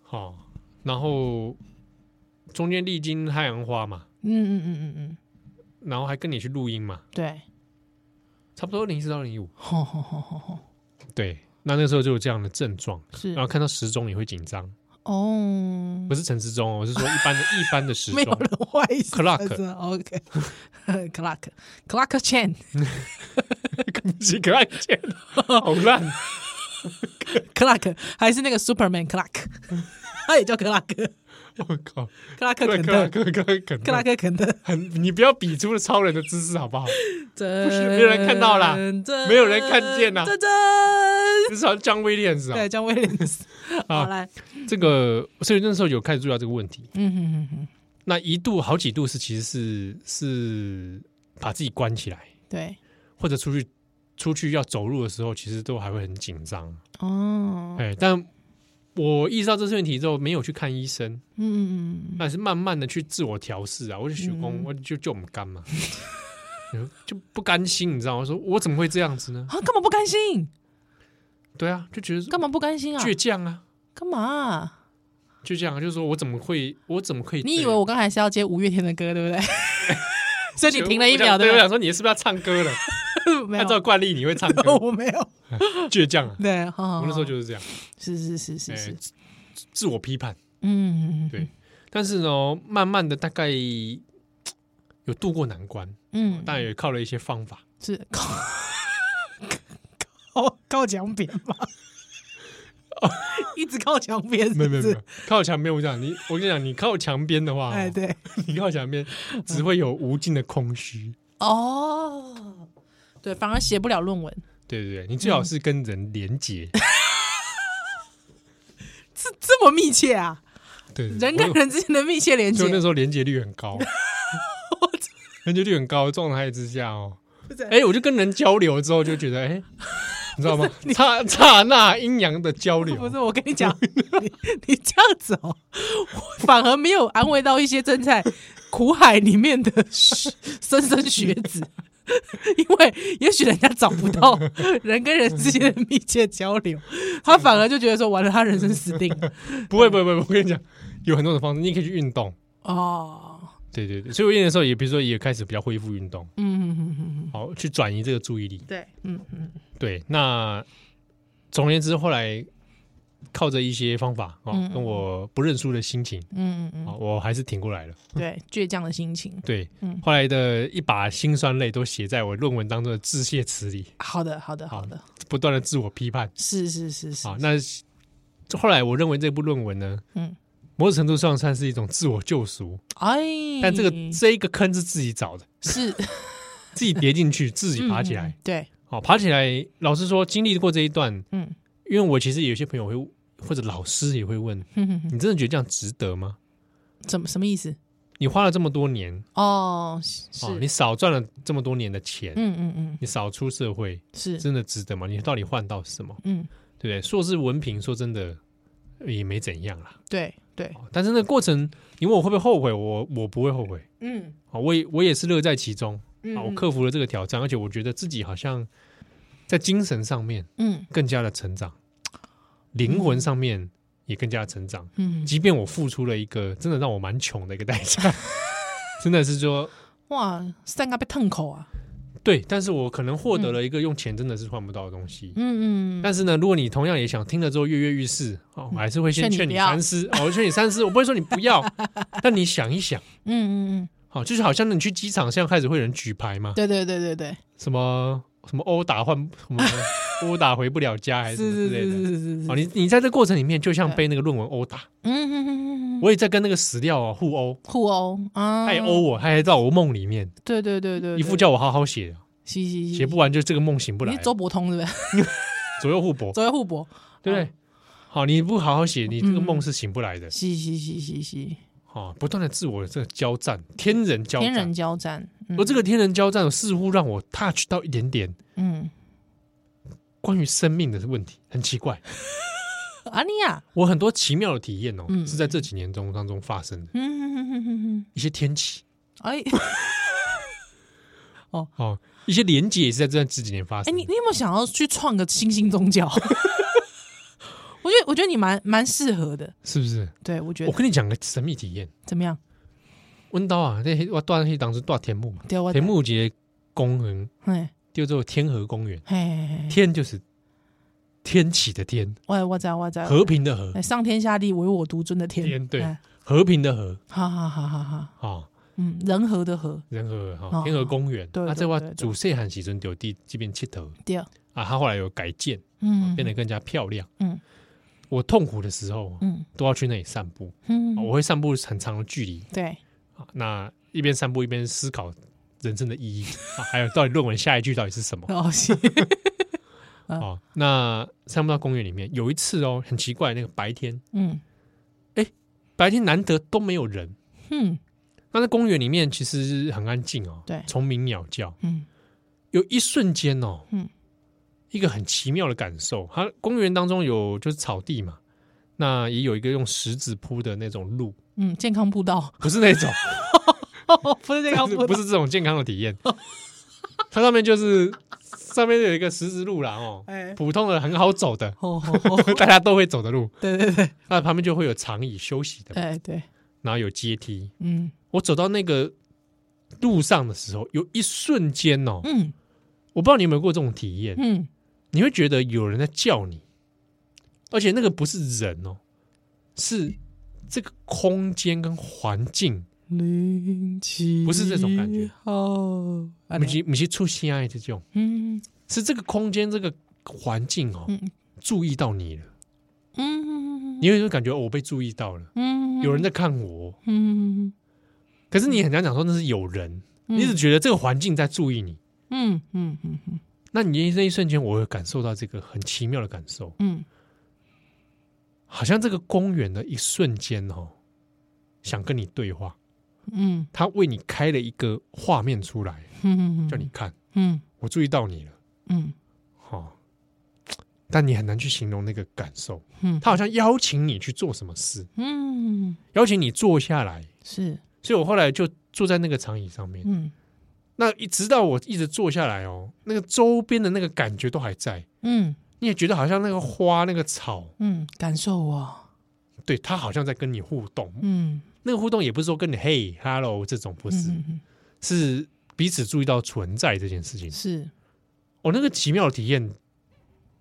Speaker 2: 好、然后中间历经太阳花嘛，
Speaker 3: 嗯嗯嗯嗯嗯，
Speaker 2: 然后还跟你去录音嘛，
Speaker 3: 对， [LAUGHS]
Speaker 2: 差不多二零一四到二零一五。
Speaker 3: 吼吼吼吼吼，
Speaker 2: 对，那那时候就有这样的症状，
Speaker 3: 是
Speaker 2: 然后看到时钟也会紧张，
Speaker 3: 哦
Speaker 2: 不，是陈时钟哦，我是说一 [LAUGHS] 般的一般的时
Speaker 3: 没有
Speaker 2: 钟。
Speaker 3: 人怀疑啊
Speaker 2: Clock
Speaker 3: [LAUGHS] OK，clock clock chain
Speaker 2: 几可爱见，好烂
Speaker 3: clock 还是那个
Speaker 2: [LAUGHS]
Speaker 3: Superman clock，他也叫 clock
Speaker 2: 我靠！
Speaker 3: clock
Speaker 2: 克
Speaker 3: 肯
Speaker 2: 拉
Speaker 3: 特
Speaker 2: 克克克克拉
Speaker 3: clock 肯特，
Speaker 2: 很，你不要比出了超人的姿势好 [LAUGHS] 不好？
Speaker 3: 不
Speaker 2: 是没有人看到啦没有人看见啊啦 [LAUGHS]
Speaker 3: 真真
Speaker 2: 至少 John Williams
Speaker 3: 对，
Speaker 2: 啊，
Speaker 3: 姜威廉斯。
Speaker 2: 啊
Speaker 3: 好
Speaker 2: [LAUGHS]
Speaker 3: 来，
Speaker 2: 这个所以那时候有开始注意到这个问题。
Speaker 3: 嗯哼哼哼，
Speaker 2: 那一度好几度是其实是是把自己关起来，
Speaker 3: 对，
Speaker 2: 或者出去出去要走路的时候，其实都还会很紧张。
Speaker 3: 哦，
Speaker 2: 哎，但我意识到这些问题之后，没有去看医生，
Speaker 3: 嗯嗯嗯，
Speaker 2: 但是慢慢的去自我调试啊。我就学工，
Speaker 3: 嗯
Speaker 2: 我就就我们干嘛，就不甘心，你知道吗？我说我怎么会这样子呢？
Speaker 3: 啊，干嘛不甘心？
Speaker 2: 对啊，就觉得
Speaker 3: 干嘛不甘心啊？
Speaker 2: 倔强啊。
Speaker 3: 干嘛啊、
Speaker 2: 就这样，就是说我怎么会，我怎么可以？
Speaker 3: 你以为我刚才是要接五月天的歌，对不对？ [LAUGHS] 所以
Speaker 2: 对
Speaker 3: 你停了一秒，
Speaker 2: 我想对？
Speaker 3: 对
Speaker 2: 我
Speaker 3: 不
Speaker 2: 想说你是不是要唱歌了？ [LAUGHS]
Speaker 3: 对？没
Speaker 2: 按照
Speaker 3: 有，
Speaker 2: 惯例你会唱歌，
Speaker 3: 我没有。
Speaker 2: 倔强啊！
Speaker 3: 对，好好好
Speaker 2: 我那时候就是这样，
Speaker 3: 是是是是
Speaker 2: 哎
Speaker 3: 是，
Speaker 2: 自自我批判。
Speaker 3: 嗯，嗯
Speaker 2: 对，但是呢，慢慢的大概嘖有度过难关，
Speaker 3: 嗯，
Speaker 2: 当然也靠了一些方法，
Speaker 3: 是靠靠靠哦墙边吧，
Speaker 2: [LAUGHS]
Speaker 3: 一直靠墙边，是不
Speaker 2: 没有
Speaker 3: 是
Speaker 2: 没有没有，靠墙边。我讲你，我跟你讲，你靠墙边的话，
Speaker 3: 哎，对，
Speaker 2: [LAUGHS] 你靠墙边只会有无尽的空虚。
Speaker 3: 哦，对，反而写不了论文，
Speaker 2: 对对对，你最好是跟人连结。
Speaker 3: 嗯这这么密切啊，
Speaker 2: 对，对对
Speaker 3: 人跟
Speaker 2: 我
Speaker 3: 人之间的密切连接
Speaker 2: 就，那时候连接率很
Speaker 3: [LAUGHS]
Speaker 2: 高，连接率很高的状态之下哦，
Speaker 3: 不是
Speaker 2: 哎、我就跟人交流之后就觉得，哎、
Speaker 3: [LAUGHS]
Speaker 2: 你知道吗？刹刹那阴阳的交流，
Speaker 3: [LAUGHS] 不是，我跟你讲，你你这样子哦，我反而没有安慰到一些正在苦海里面的学莘莘学子， [LAUGHS] 因为也许人家找不到人跟人之间的密切交
Speaker 2: [LAUGHS]
Speaker 3: 流，他反而就觉得说，完了，他人生死定了
Speaker 2: 不会不会不会，我跟你讲，有很多种方式，你也可以去运动。
Speaker 3: 哦，
Speaker 2: 对对对，所以我练的时候也，比如说也开始比较恢复运动，
Speaker 3: 嗯嗯嗯嗯，嗯
Speaker 2: 好去转移这个注意力。
Speaker 3: 对，嗯嗯
Speaker 2: 对，那总而言之，后来靠着一些方法啊、哦
Speaker 3: 嗯，
Speaker 2: 跟我不认输的心情
Speaker 3: 嗯
Speaker 2: 啊、
Speaker 3: 嗯嗯，
Speaker 2: 哦我还是挺过来了。
Speaker 3: 对，倔强的心情，
Speaker 2: 对
Speaker 3: 嗯，
Speaker 2: 后来的一把辛酸泪都写在我论文当中的致谢词里，
Speaker 3: 好的，好的，好的，
Speaker 2: 不断的自我批判。
Speaker 3: 是是是是
Speaker 2: 啊，，那是后来我认为这部论文呢，
Speaker 3: 嗯，
Speaker 2: 某种程度上算是一种自我救赎，
Speaker 3: 哎，
Speaker 2: 但这个这一个坑是自己找的，
Speaker 3: 是
Speaker 2: 自己跌进去，自己 [LAUGHS] 爬起，
Speaker 3: 嗯嗯
Speaker 2: 来
Speaker 3: 嗯。对，
Speaker 2: 好，爬起来，老实说，经历过这一段，
Speaker 3: 嗯。
Speaker 2: 因为我其实有些朋友会或者老师也会问，
Speaker 3: 哼哼哼
Speaker 2: 你真的觉得这样值得吗？
Speaker 3: 怎么 [LAUGHS] 什么意思？
Speaker 2: 你花了这么多年，
Speaker 3: 哦，是，
Speaker 2: 哦，你少赚了这么多年的钱，
Speaker 3: 嗯嗯嗯，
Speaker 2: 你少出社会，
Speaker 3: 是，
Speaker 2: 真的值得吗？你到底换到什么？
Speaker 3: 嗯，
Speaker 2: 对不对？硕士文凭说真的也没怎样啦，
Speaker 3: 对对，
Speaker 2: 哦但是那个过程，你问我会不会后悔？我我不会后悔。
Speaker 3: 嗯
Speaker 2: 啊，我也我也是乐在其中
Speaker 3: 嗯
Speaker 2: 啊，我克服了这个挑战，而且我觉得自己好像在精神上面
Speaker 3: 嗯
Speaker 2: 更加的成长，灵魂上面也更加的成长。
Speaker 3: 嗯，
Speaker 2: 即便我付出了一个真的让我蛮穷的一个代
Speaker 3: [LAUGHS]
Speaker 2: 价，真的是说
Speaker 3: 嗯哇，三个被烫口啊，
Speaker 2: 对，但是我可能获得了一个用钱真的是换不到的东西。
Speaker 3: 嗯嗯嗯，
Speaker 2: 但是呢，如果你同样也想听了之后跃跃欲试，哦，我还是会先
Speaker 3: 嗯劝你
Speaker 2: 劝
Speaker 3: 不
Speaker 2: 你
Speaker 3: 要
Speaker 2: 三思，哦，我劝你三思，我不会说你不
Speaker 3: [LAUGHS]
Speaker 2: 要，但你想一想，
Speaker 3: 嗯嗯嗯，
Speaker 2: 好、就是好像你去机场，现在开始会有人举牌嘛，
Speaker 3: 对对对对对，
Speaker 2: 什么什么殴打换什
Speaker 3: [LAUGHS]
Speaker 2: 么殴打回不了家还是什
Speaker 3: 是
Speaker 2: 么之
Speaker 3: 是
Speaker 2: 类
Speaker 3: 是
Speaker 2: 的。
Speaker 3: 是是是
Speaker 2: 哦，，你你在这过程里面，就像
Speaker 3: 对
Speaker 2: 被那个论文殴打，
Speaker 3: 嗯嗯嗯嗯，
Speaker 2: 我也在跟那个史料啊互殴，
Speaker 3: 互殴啊，
Speaker 2: 他也殴，我，他还在我梦里面，
Speaker 3: 对对对对，
Speaker 2: 一副叫我好好写，
Speaker 3: 洗洗
Speaker 2: 写不完就这个梦醒不
Speaker 3: 你
Speaker 2: 来
Speaker 3: 是，周伯通对不 [LAUGHS] 对？
Speaker 2: 左右互搏，
Speaker 3: 周互搏，
Speaker 2: 对不对？好，你不好好写，你这个梦
Speaker 3: 嗯
Speaker 2: 是醒不来的。
Speaker 3: 洗洗洗洗洗，
Speaker 2: 哦，不断的自我这个交战，天人交
Speaker 3: 天人嗯
Speaker 2: 战。
Speaker 3: 交战，
Speaker 2: 而这个天人交战似乎让我 touch 到一点点
Speaker 3: 嗯
Speaker 2: 关于生命的问题，很奇
Speaker 3: [LAUGHS]
Speaker 2: 怪。
Speaker 3: 安尼啊，
Speaker 2: 我很多奇妙的体验哦，
Speaker 3: 嗯
Speaker 2: 是在这几年中当中发生的，
Speaker 3: 嗯哼哼哼哼哼，
Speaker 2: 一些天气
Speaker 3: 哎 [LAUGHS]
Speaker 2: 哦，一些连接也是在这这几年发
Speaker 3: 嗯哎，
Speaker 2: 生的。
Speaker 3: 你你有没有想要去创个新兴宗教？ [LAUGHS] 我觉得我觉得你蛮蛮适合的，
Speaker 2: 是不是？
Speaker 3: 对我觉
Speaker 2: 我
Speaker 3: 得
Speaker 2: 跟你讲个神秘体验，
Speaker 3: 怎么样？
Speaker 2: 温刀啊，那我断那当时断田木嘛，
Speaker 3: 对我
Speaker 2: 田木节公园
Speaker 3: 嘿
Speaker 2: 叫做天河公园，
Speaker 3: 嘿嘿，嘿
Speaker 2: 天就是天启的天，
Speaker 3: 我我知道我知道，
Speaker 2: 和平的和
Speaker 3: 哎，上天下地唯我独尊的天
Speaker 2: 天，对
Speaker 3: 哎，
Speaker 2: 和平的和
Speaker 3: 哈哈哈哈哈，
Speaker 2: 啊，
Speaker 3: 嗯，人和的和，
Speaker 2: 仁和哈
Speaker 3: 哦
Speaker 2: 天河公园，
Speaker 3: 对
Speaker 2: 那
Speaker 3: 对
Speaker 2: 这话
Speaker 3: 对对
Speaker 2: 主细汉时阵就地这边佚佗
Speaker 3: 对，
Speaker 2: 啊，它后来有改建，
Speaker 3: 嗯，
Speaker 2: 哦变得更加漂亮。
Speaker 3: 嗯
Speaker 2: 我痛苦的时候
Speaker 3: 嗯
Speaker 2: 都要去那里散步，
Speaker 3: 嗯
Speaker 2: 啊，我会散步很长的距离，
Speaker 3: 对，
Speaker 2: 啊那一边散步一边思考人生的意义，啊还有到底论文下一句到底是什么。
Speaker 3: 哦是， [LAUGHS] 嗯
Speaker 2: 哦，那散步到公园里面，有一次哦，很奇怪，那个白天
Speaker 3: 嗯
Speaker 2: 白天难得都没有人，
Speaker 3: 嗯
Speaker 2: 那在公园里面其实很安静哦，
Speaker 3: 对
Speaker 2: 虫鸣鸟叫，
Speaker 3: 嗯
Speaker 2: 有一瞬间哦，
Speaker 3: 嗯
Speaker 2: 一个很奇妙的感受。它公园当中有就是草地嘛，那也有一个用石子铺的那种路，
Speaker 3: 嗯，健康步道，
Speaker 2: 不是那
Speaker 3: [LAUGHS]
Speaker 2: 种，
Speaker 3: 不是健
Speaker 2: 但
Speaker 3: 康
Speaker 2: 是
Speaker 3: 步
Speaker 2: 不
Speaker 3: 道，
Speaker 2: 是这种健康的体验。它上面就是上面有一个石子路啦哦，
Speaker 3: 哎，
Speaker 2: 普通的很好走的， [LAUGHS]
Speaker 3: 哦哦哦，
Speaker 2: 大家都会走的路。
Speaker 3: 对对对，
Speaker 2: 那旁边就会有长椅休息的，
Speaker 3: 哎对，
Speaker 2: 然后有阶梯。
Speaker 3: 嗯
Speaker 2: 我走到那个路上的时候，有一瞬间哦，
Speaker 3: 嗯
Speaker 2: 我不知道你有没有过这种体验，
Speaker 3: 嗯，
Speaker 2: 你会觉得有人在叫你，而且那个不是人哦，是这个空间跟环境，
Speaker 3: 零七
Speaker 2: 不是这种感觉
Speaker 3: 哦，啊
Speaker 2: 不是不是出心爱这种，
Speaker 3: 嗯
Speaker 2: 是这个空间这个环境哦，
Speaker 3: 嗯
Speaker 2: 注意到你了，
Speaker 3: 嗯
Speaker 2: 你会感觉、哦我被注意到了，
Speaker 3: 嗯，
Speaker 2: 有人在看我，
Speaker 3: 嗯
Speaker 2: 可是你很难讲说那是有人，你只觉得这个环境在注意你。
Speaker 3: 嗯嗯嗯嗯
Speaker 2: 那你那一瞬间，我会感受到这个很奇妙的感受，
Speaker 3: 嗯，
Speaker 2: 好像这个公园的一瞬间哦，想跟你对话，
Speaker 3: 嗯
Speaker 2: 他为你开了一个画面出来，
Speaker 3: 嗯，
Speaker 2: 叫你看，
Speaker 3: 嗯
Speaker 2: 我注意到你了，
Speaker 3: 嗯
Speaker 2: 哦，但你很难去形容那个感受，
Speaker 3: 嗯，
Speaker 2: 他好像邀请你去做什么事，
Speaker 3: 嗯
Speaker 2: 邀请你坐下来，
Speaker 3: 是
Speaker 2: 所以我后来就坐在那个长椅上面，
Speaker 3: 嗯
Speaker 2: 那一直到我一直坐下来哦，那个周边的那个感觉都还在，
Speaker 3: 嗯
Speaker 2: 你也觉得好像那个花那个草，
Speaker 3: 嗯，感受啊，
Speaker 2: 对，它好像在跟你互动，
Speaker 3: 嗯
Speaker 2: 那个互动也不是说跟你嘿 hello 这种，不是，
Speaker 3: 嗯
Speaker 2: 是彼此注意到存在这件事情。
Speaker 3: 是，
Speaker 2: 我、那个奇妙的体验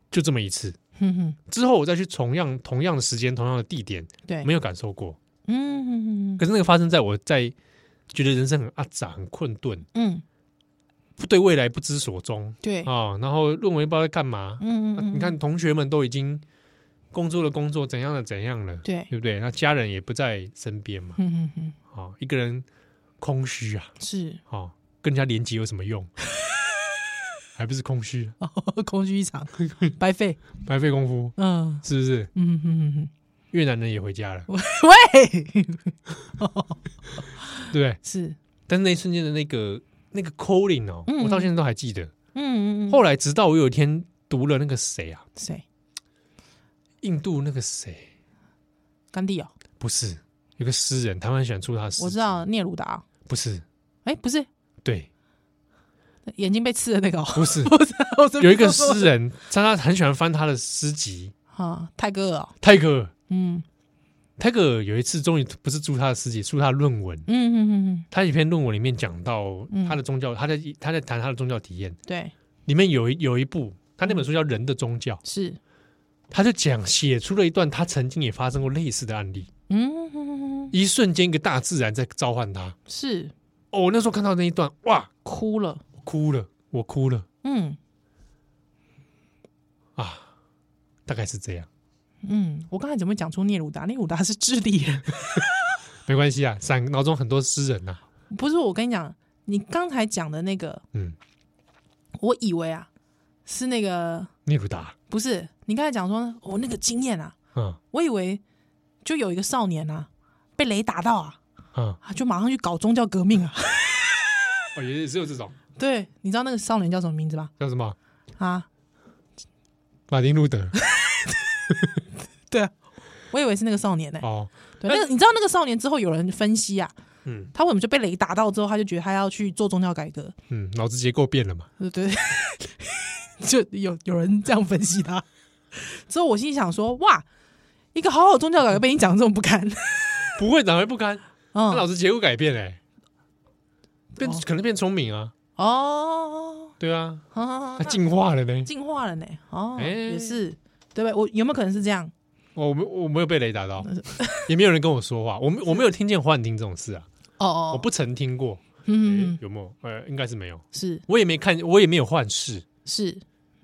Speaker 2: 就这么一次，
Speaker 3: 嗯哼，
Speaker 2: 之后我再去同样同样的时间、同样的地点，
Speaker 3: 对，
Speaker 2: 没有感受过。
Speaker 3: 嗯
Speaker 2: 可是那个发生在我在觉得人生很阿杂、很困顿，
Speaker 3: 嗯
Speaker 2: 不对未来不知所踪
Speaker 3: 对，
Speaker 2: 啊、然后论文也不知道在干嘛。
Speaker 3: 嗯
Speaker 2: 啊
Speaker 3: 嗯，
Speaker 2: 你看同学们都已经工作了，工作怎样的怎样了，
Speaker 3: 对，
Speaker 2: 对不对？那家人也不在身边嘛，
Speaker 3: 嗯嗯嗯
Speaker 2: 啊、一个人空虚啊。
Speaker 3: 是，
Speaker 2: 哦，跟人家连接有什么
Speaker 3: [LAUGHS]
Speaker 2: 用？还不是空虚，
Speaker 3: 空虚一场，白费，
Speaker 2: 白费功夫，
Speaker 3: 嗯
Speaker 2: 是不是？
Speaker 3: 嗯嗯嗯，
Speaker 2: 越南人也回家了，
Speaker 3: [LAUGHS] 喂，
Speaker 2: 对不对？
Speaker 3: 是，
Speaker 2: 但是那一瞬间的那个那个 calling 哦，
Speaker 3: 嗯
Speaker 2: 我到现在都还记得。
Speaker 3: 嗯嗯嗯，
Speaker 2: 后来直到我有一天读了那个谁啊，
Speaker 3: 谁？
Speaker 2: 印度那个谁，
Speaker 3: 甘地哦，
Speaker 2: 不是有个诗人，台湾喜欢出他的诗，
Speaker 3: 我知，道聂鲁达，
Speaker 2: 不是，
Speaker 3: 哎，不是
Speaker 2: 对，
Speaker 3: 眼睛被刺的那个哦，
Speaker 2: 不是，
Speaker 3: 不是， [LAUGHS] 我真
Speaker 2: 有一个
Speaker 3: 不知道
Speaker 2: 诗人，他他很喜欢翻他的诗集，
Speaker 3: 啊，泰戈尔哦，
Speaker 2: 泰戈尔。
Speaker 3: 嗯
Speaker 2: 泰戈尔有一次终于不是出他的诗集，出他的论文。
Speaker 3: 嗯嗯嗯嗯，
Speaker 2: 他一篇论文里面讲到
Speaker 3: 嗯
Speaker 2: 他的宗教，他在他在谈他的宗教体验，
Speaker 3: 对，
Speaker 2: 里面有一有一部，他那本书叫《人的宗教》，
Speaker 3: 是，
Speaker 2: 他就讲写出了一段他曾经也发生过类似的案例，
Speaker 3: 嗯嗯嗯嗯
Speaker 2: 一瞬间一个大自然在召唤他。
Speaker 3: 是
Speaker 2: 哦，我那时候看到那一段，哇，
Speaker 3: 哭了，
Speaker 2: 我哭了，我哭了
Speaker 3: 嗯
Speaker 2: 啊！大概是这样，
Speaker 3: 嗯，我刚才怎么讲出聂鲁达？聂鲁达是智利人。
Speaker 2: 没关系啊，闪脑中很多诗人啊呐、
Speaker 3: 不是，我跟你讲，你刚才讲的那个，
Speaker 2: 嗯，
Speaker 3: 我以为啊是那个，
Speaker 2: 聂鲁达，
Speaker 3: 不是你刚才讲说我、那个经验啊，
Speaker 2: 嗯
Speaker 3: 我以为就有一个少年啊被雷打到啊，
Speaker 2: 嗯，
Speaker 3: 啊就马上去搞宗教革命啊。 [LAUGHS]
Speaker 2: 哦，也也只有这种
Speaker 3: 对，你知道那个少年叫什么名字吧？
Speaker 2: 叫什么？
Speaker 3: 啊，
Speaker 2: 马丁路德
Speaker 3: 对啊，我以为是那个少年呢、
Speaker 2: 哦，
Speaker 3: 对，那个你知道那个少年之后有人分析啊，
Speaker 2: 嗯
Speaker 3: 他为什么就被雷打到之后，他就觉得他要去做宗教改革？
Speaker 2: 嗯，脑子结构变了嘛，
Speaker 3: 对对， [LAUGHS] 就有有人这样分析他。之后我心里想说，哇，一个好好的宗教改革被你讲得这么不堪，
Speaker 2: 不会哪会不堪？他脑
Speaker 3: 嗯，
Speaker 2: 子结构改变嘞、变
Speaker 3: 哦
Speaker 2: 可能变聪明啊，
Speaker 3: 哦，
Speaker 2: 对啊，
Speaker 3: 啊
Speaker 2: 他，进化了呢。
Speaker 3: 进化了呢，哦，
Speaker 2: 哎
Speaker 3: 也是，对不对？我有没有可能是这样？
Speaker 2: 哦我没我没有被雷打到， [LAUGHS] 也没有人跟我说话，我没我没有听见幻听这种事啊，
Speaker 3: 哦哦，
Speaker 2: 我不曾听过，
Speaker 3: 嗯
Speaker 2: 嗯，，有没有？呃，应该是没有，
Speaker 3: 是
Speaker 2: 我也没看，我也没有幻视，
Speaker 3: 是，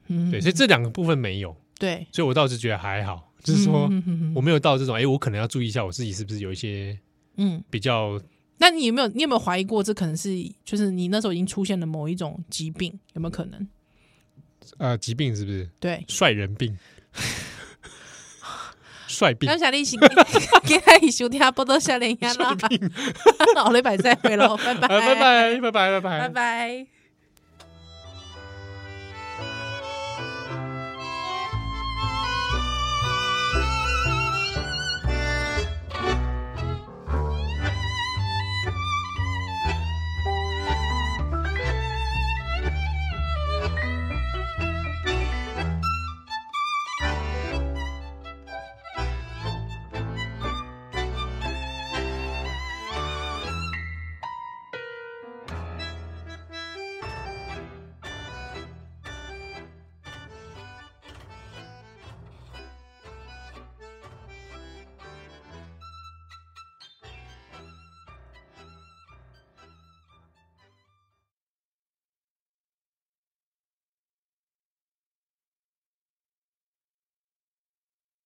Speaker 3: 嗯，
Speaker 2: 对，所以这两个部分没有，
Speaker 3: 对，
Speaker 2: 所以我倒是觉得还好，就是说
Speaker 3: 嗯嗯嗯
Speaker 2: 我没有到这种，哎，我可能要注意一下我自己是不是有一些
Speaker 3: 嗯，
Speaker 2: 比较
Speaker 3: 那你有没有你有没有怀疑过，这可能是就是你那时候已经出现了某一种疾病，有没有可能？
Speaker 2: 呃疾病，是不是
Speaker 3: 对，
Speaker 2: 帅人病、帅病
Speaker 3: 感？谢你收， [LAUGHS] 今仔日收听《波多 [LAUGHS] 少年人》啦，老雷百再会喽，拜拜， [LAUGHS]
Speaker 2: 呃，拜，拜拜拜拜拜
Speaker 3: 拜拜。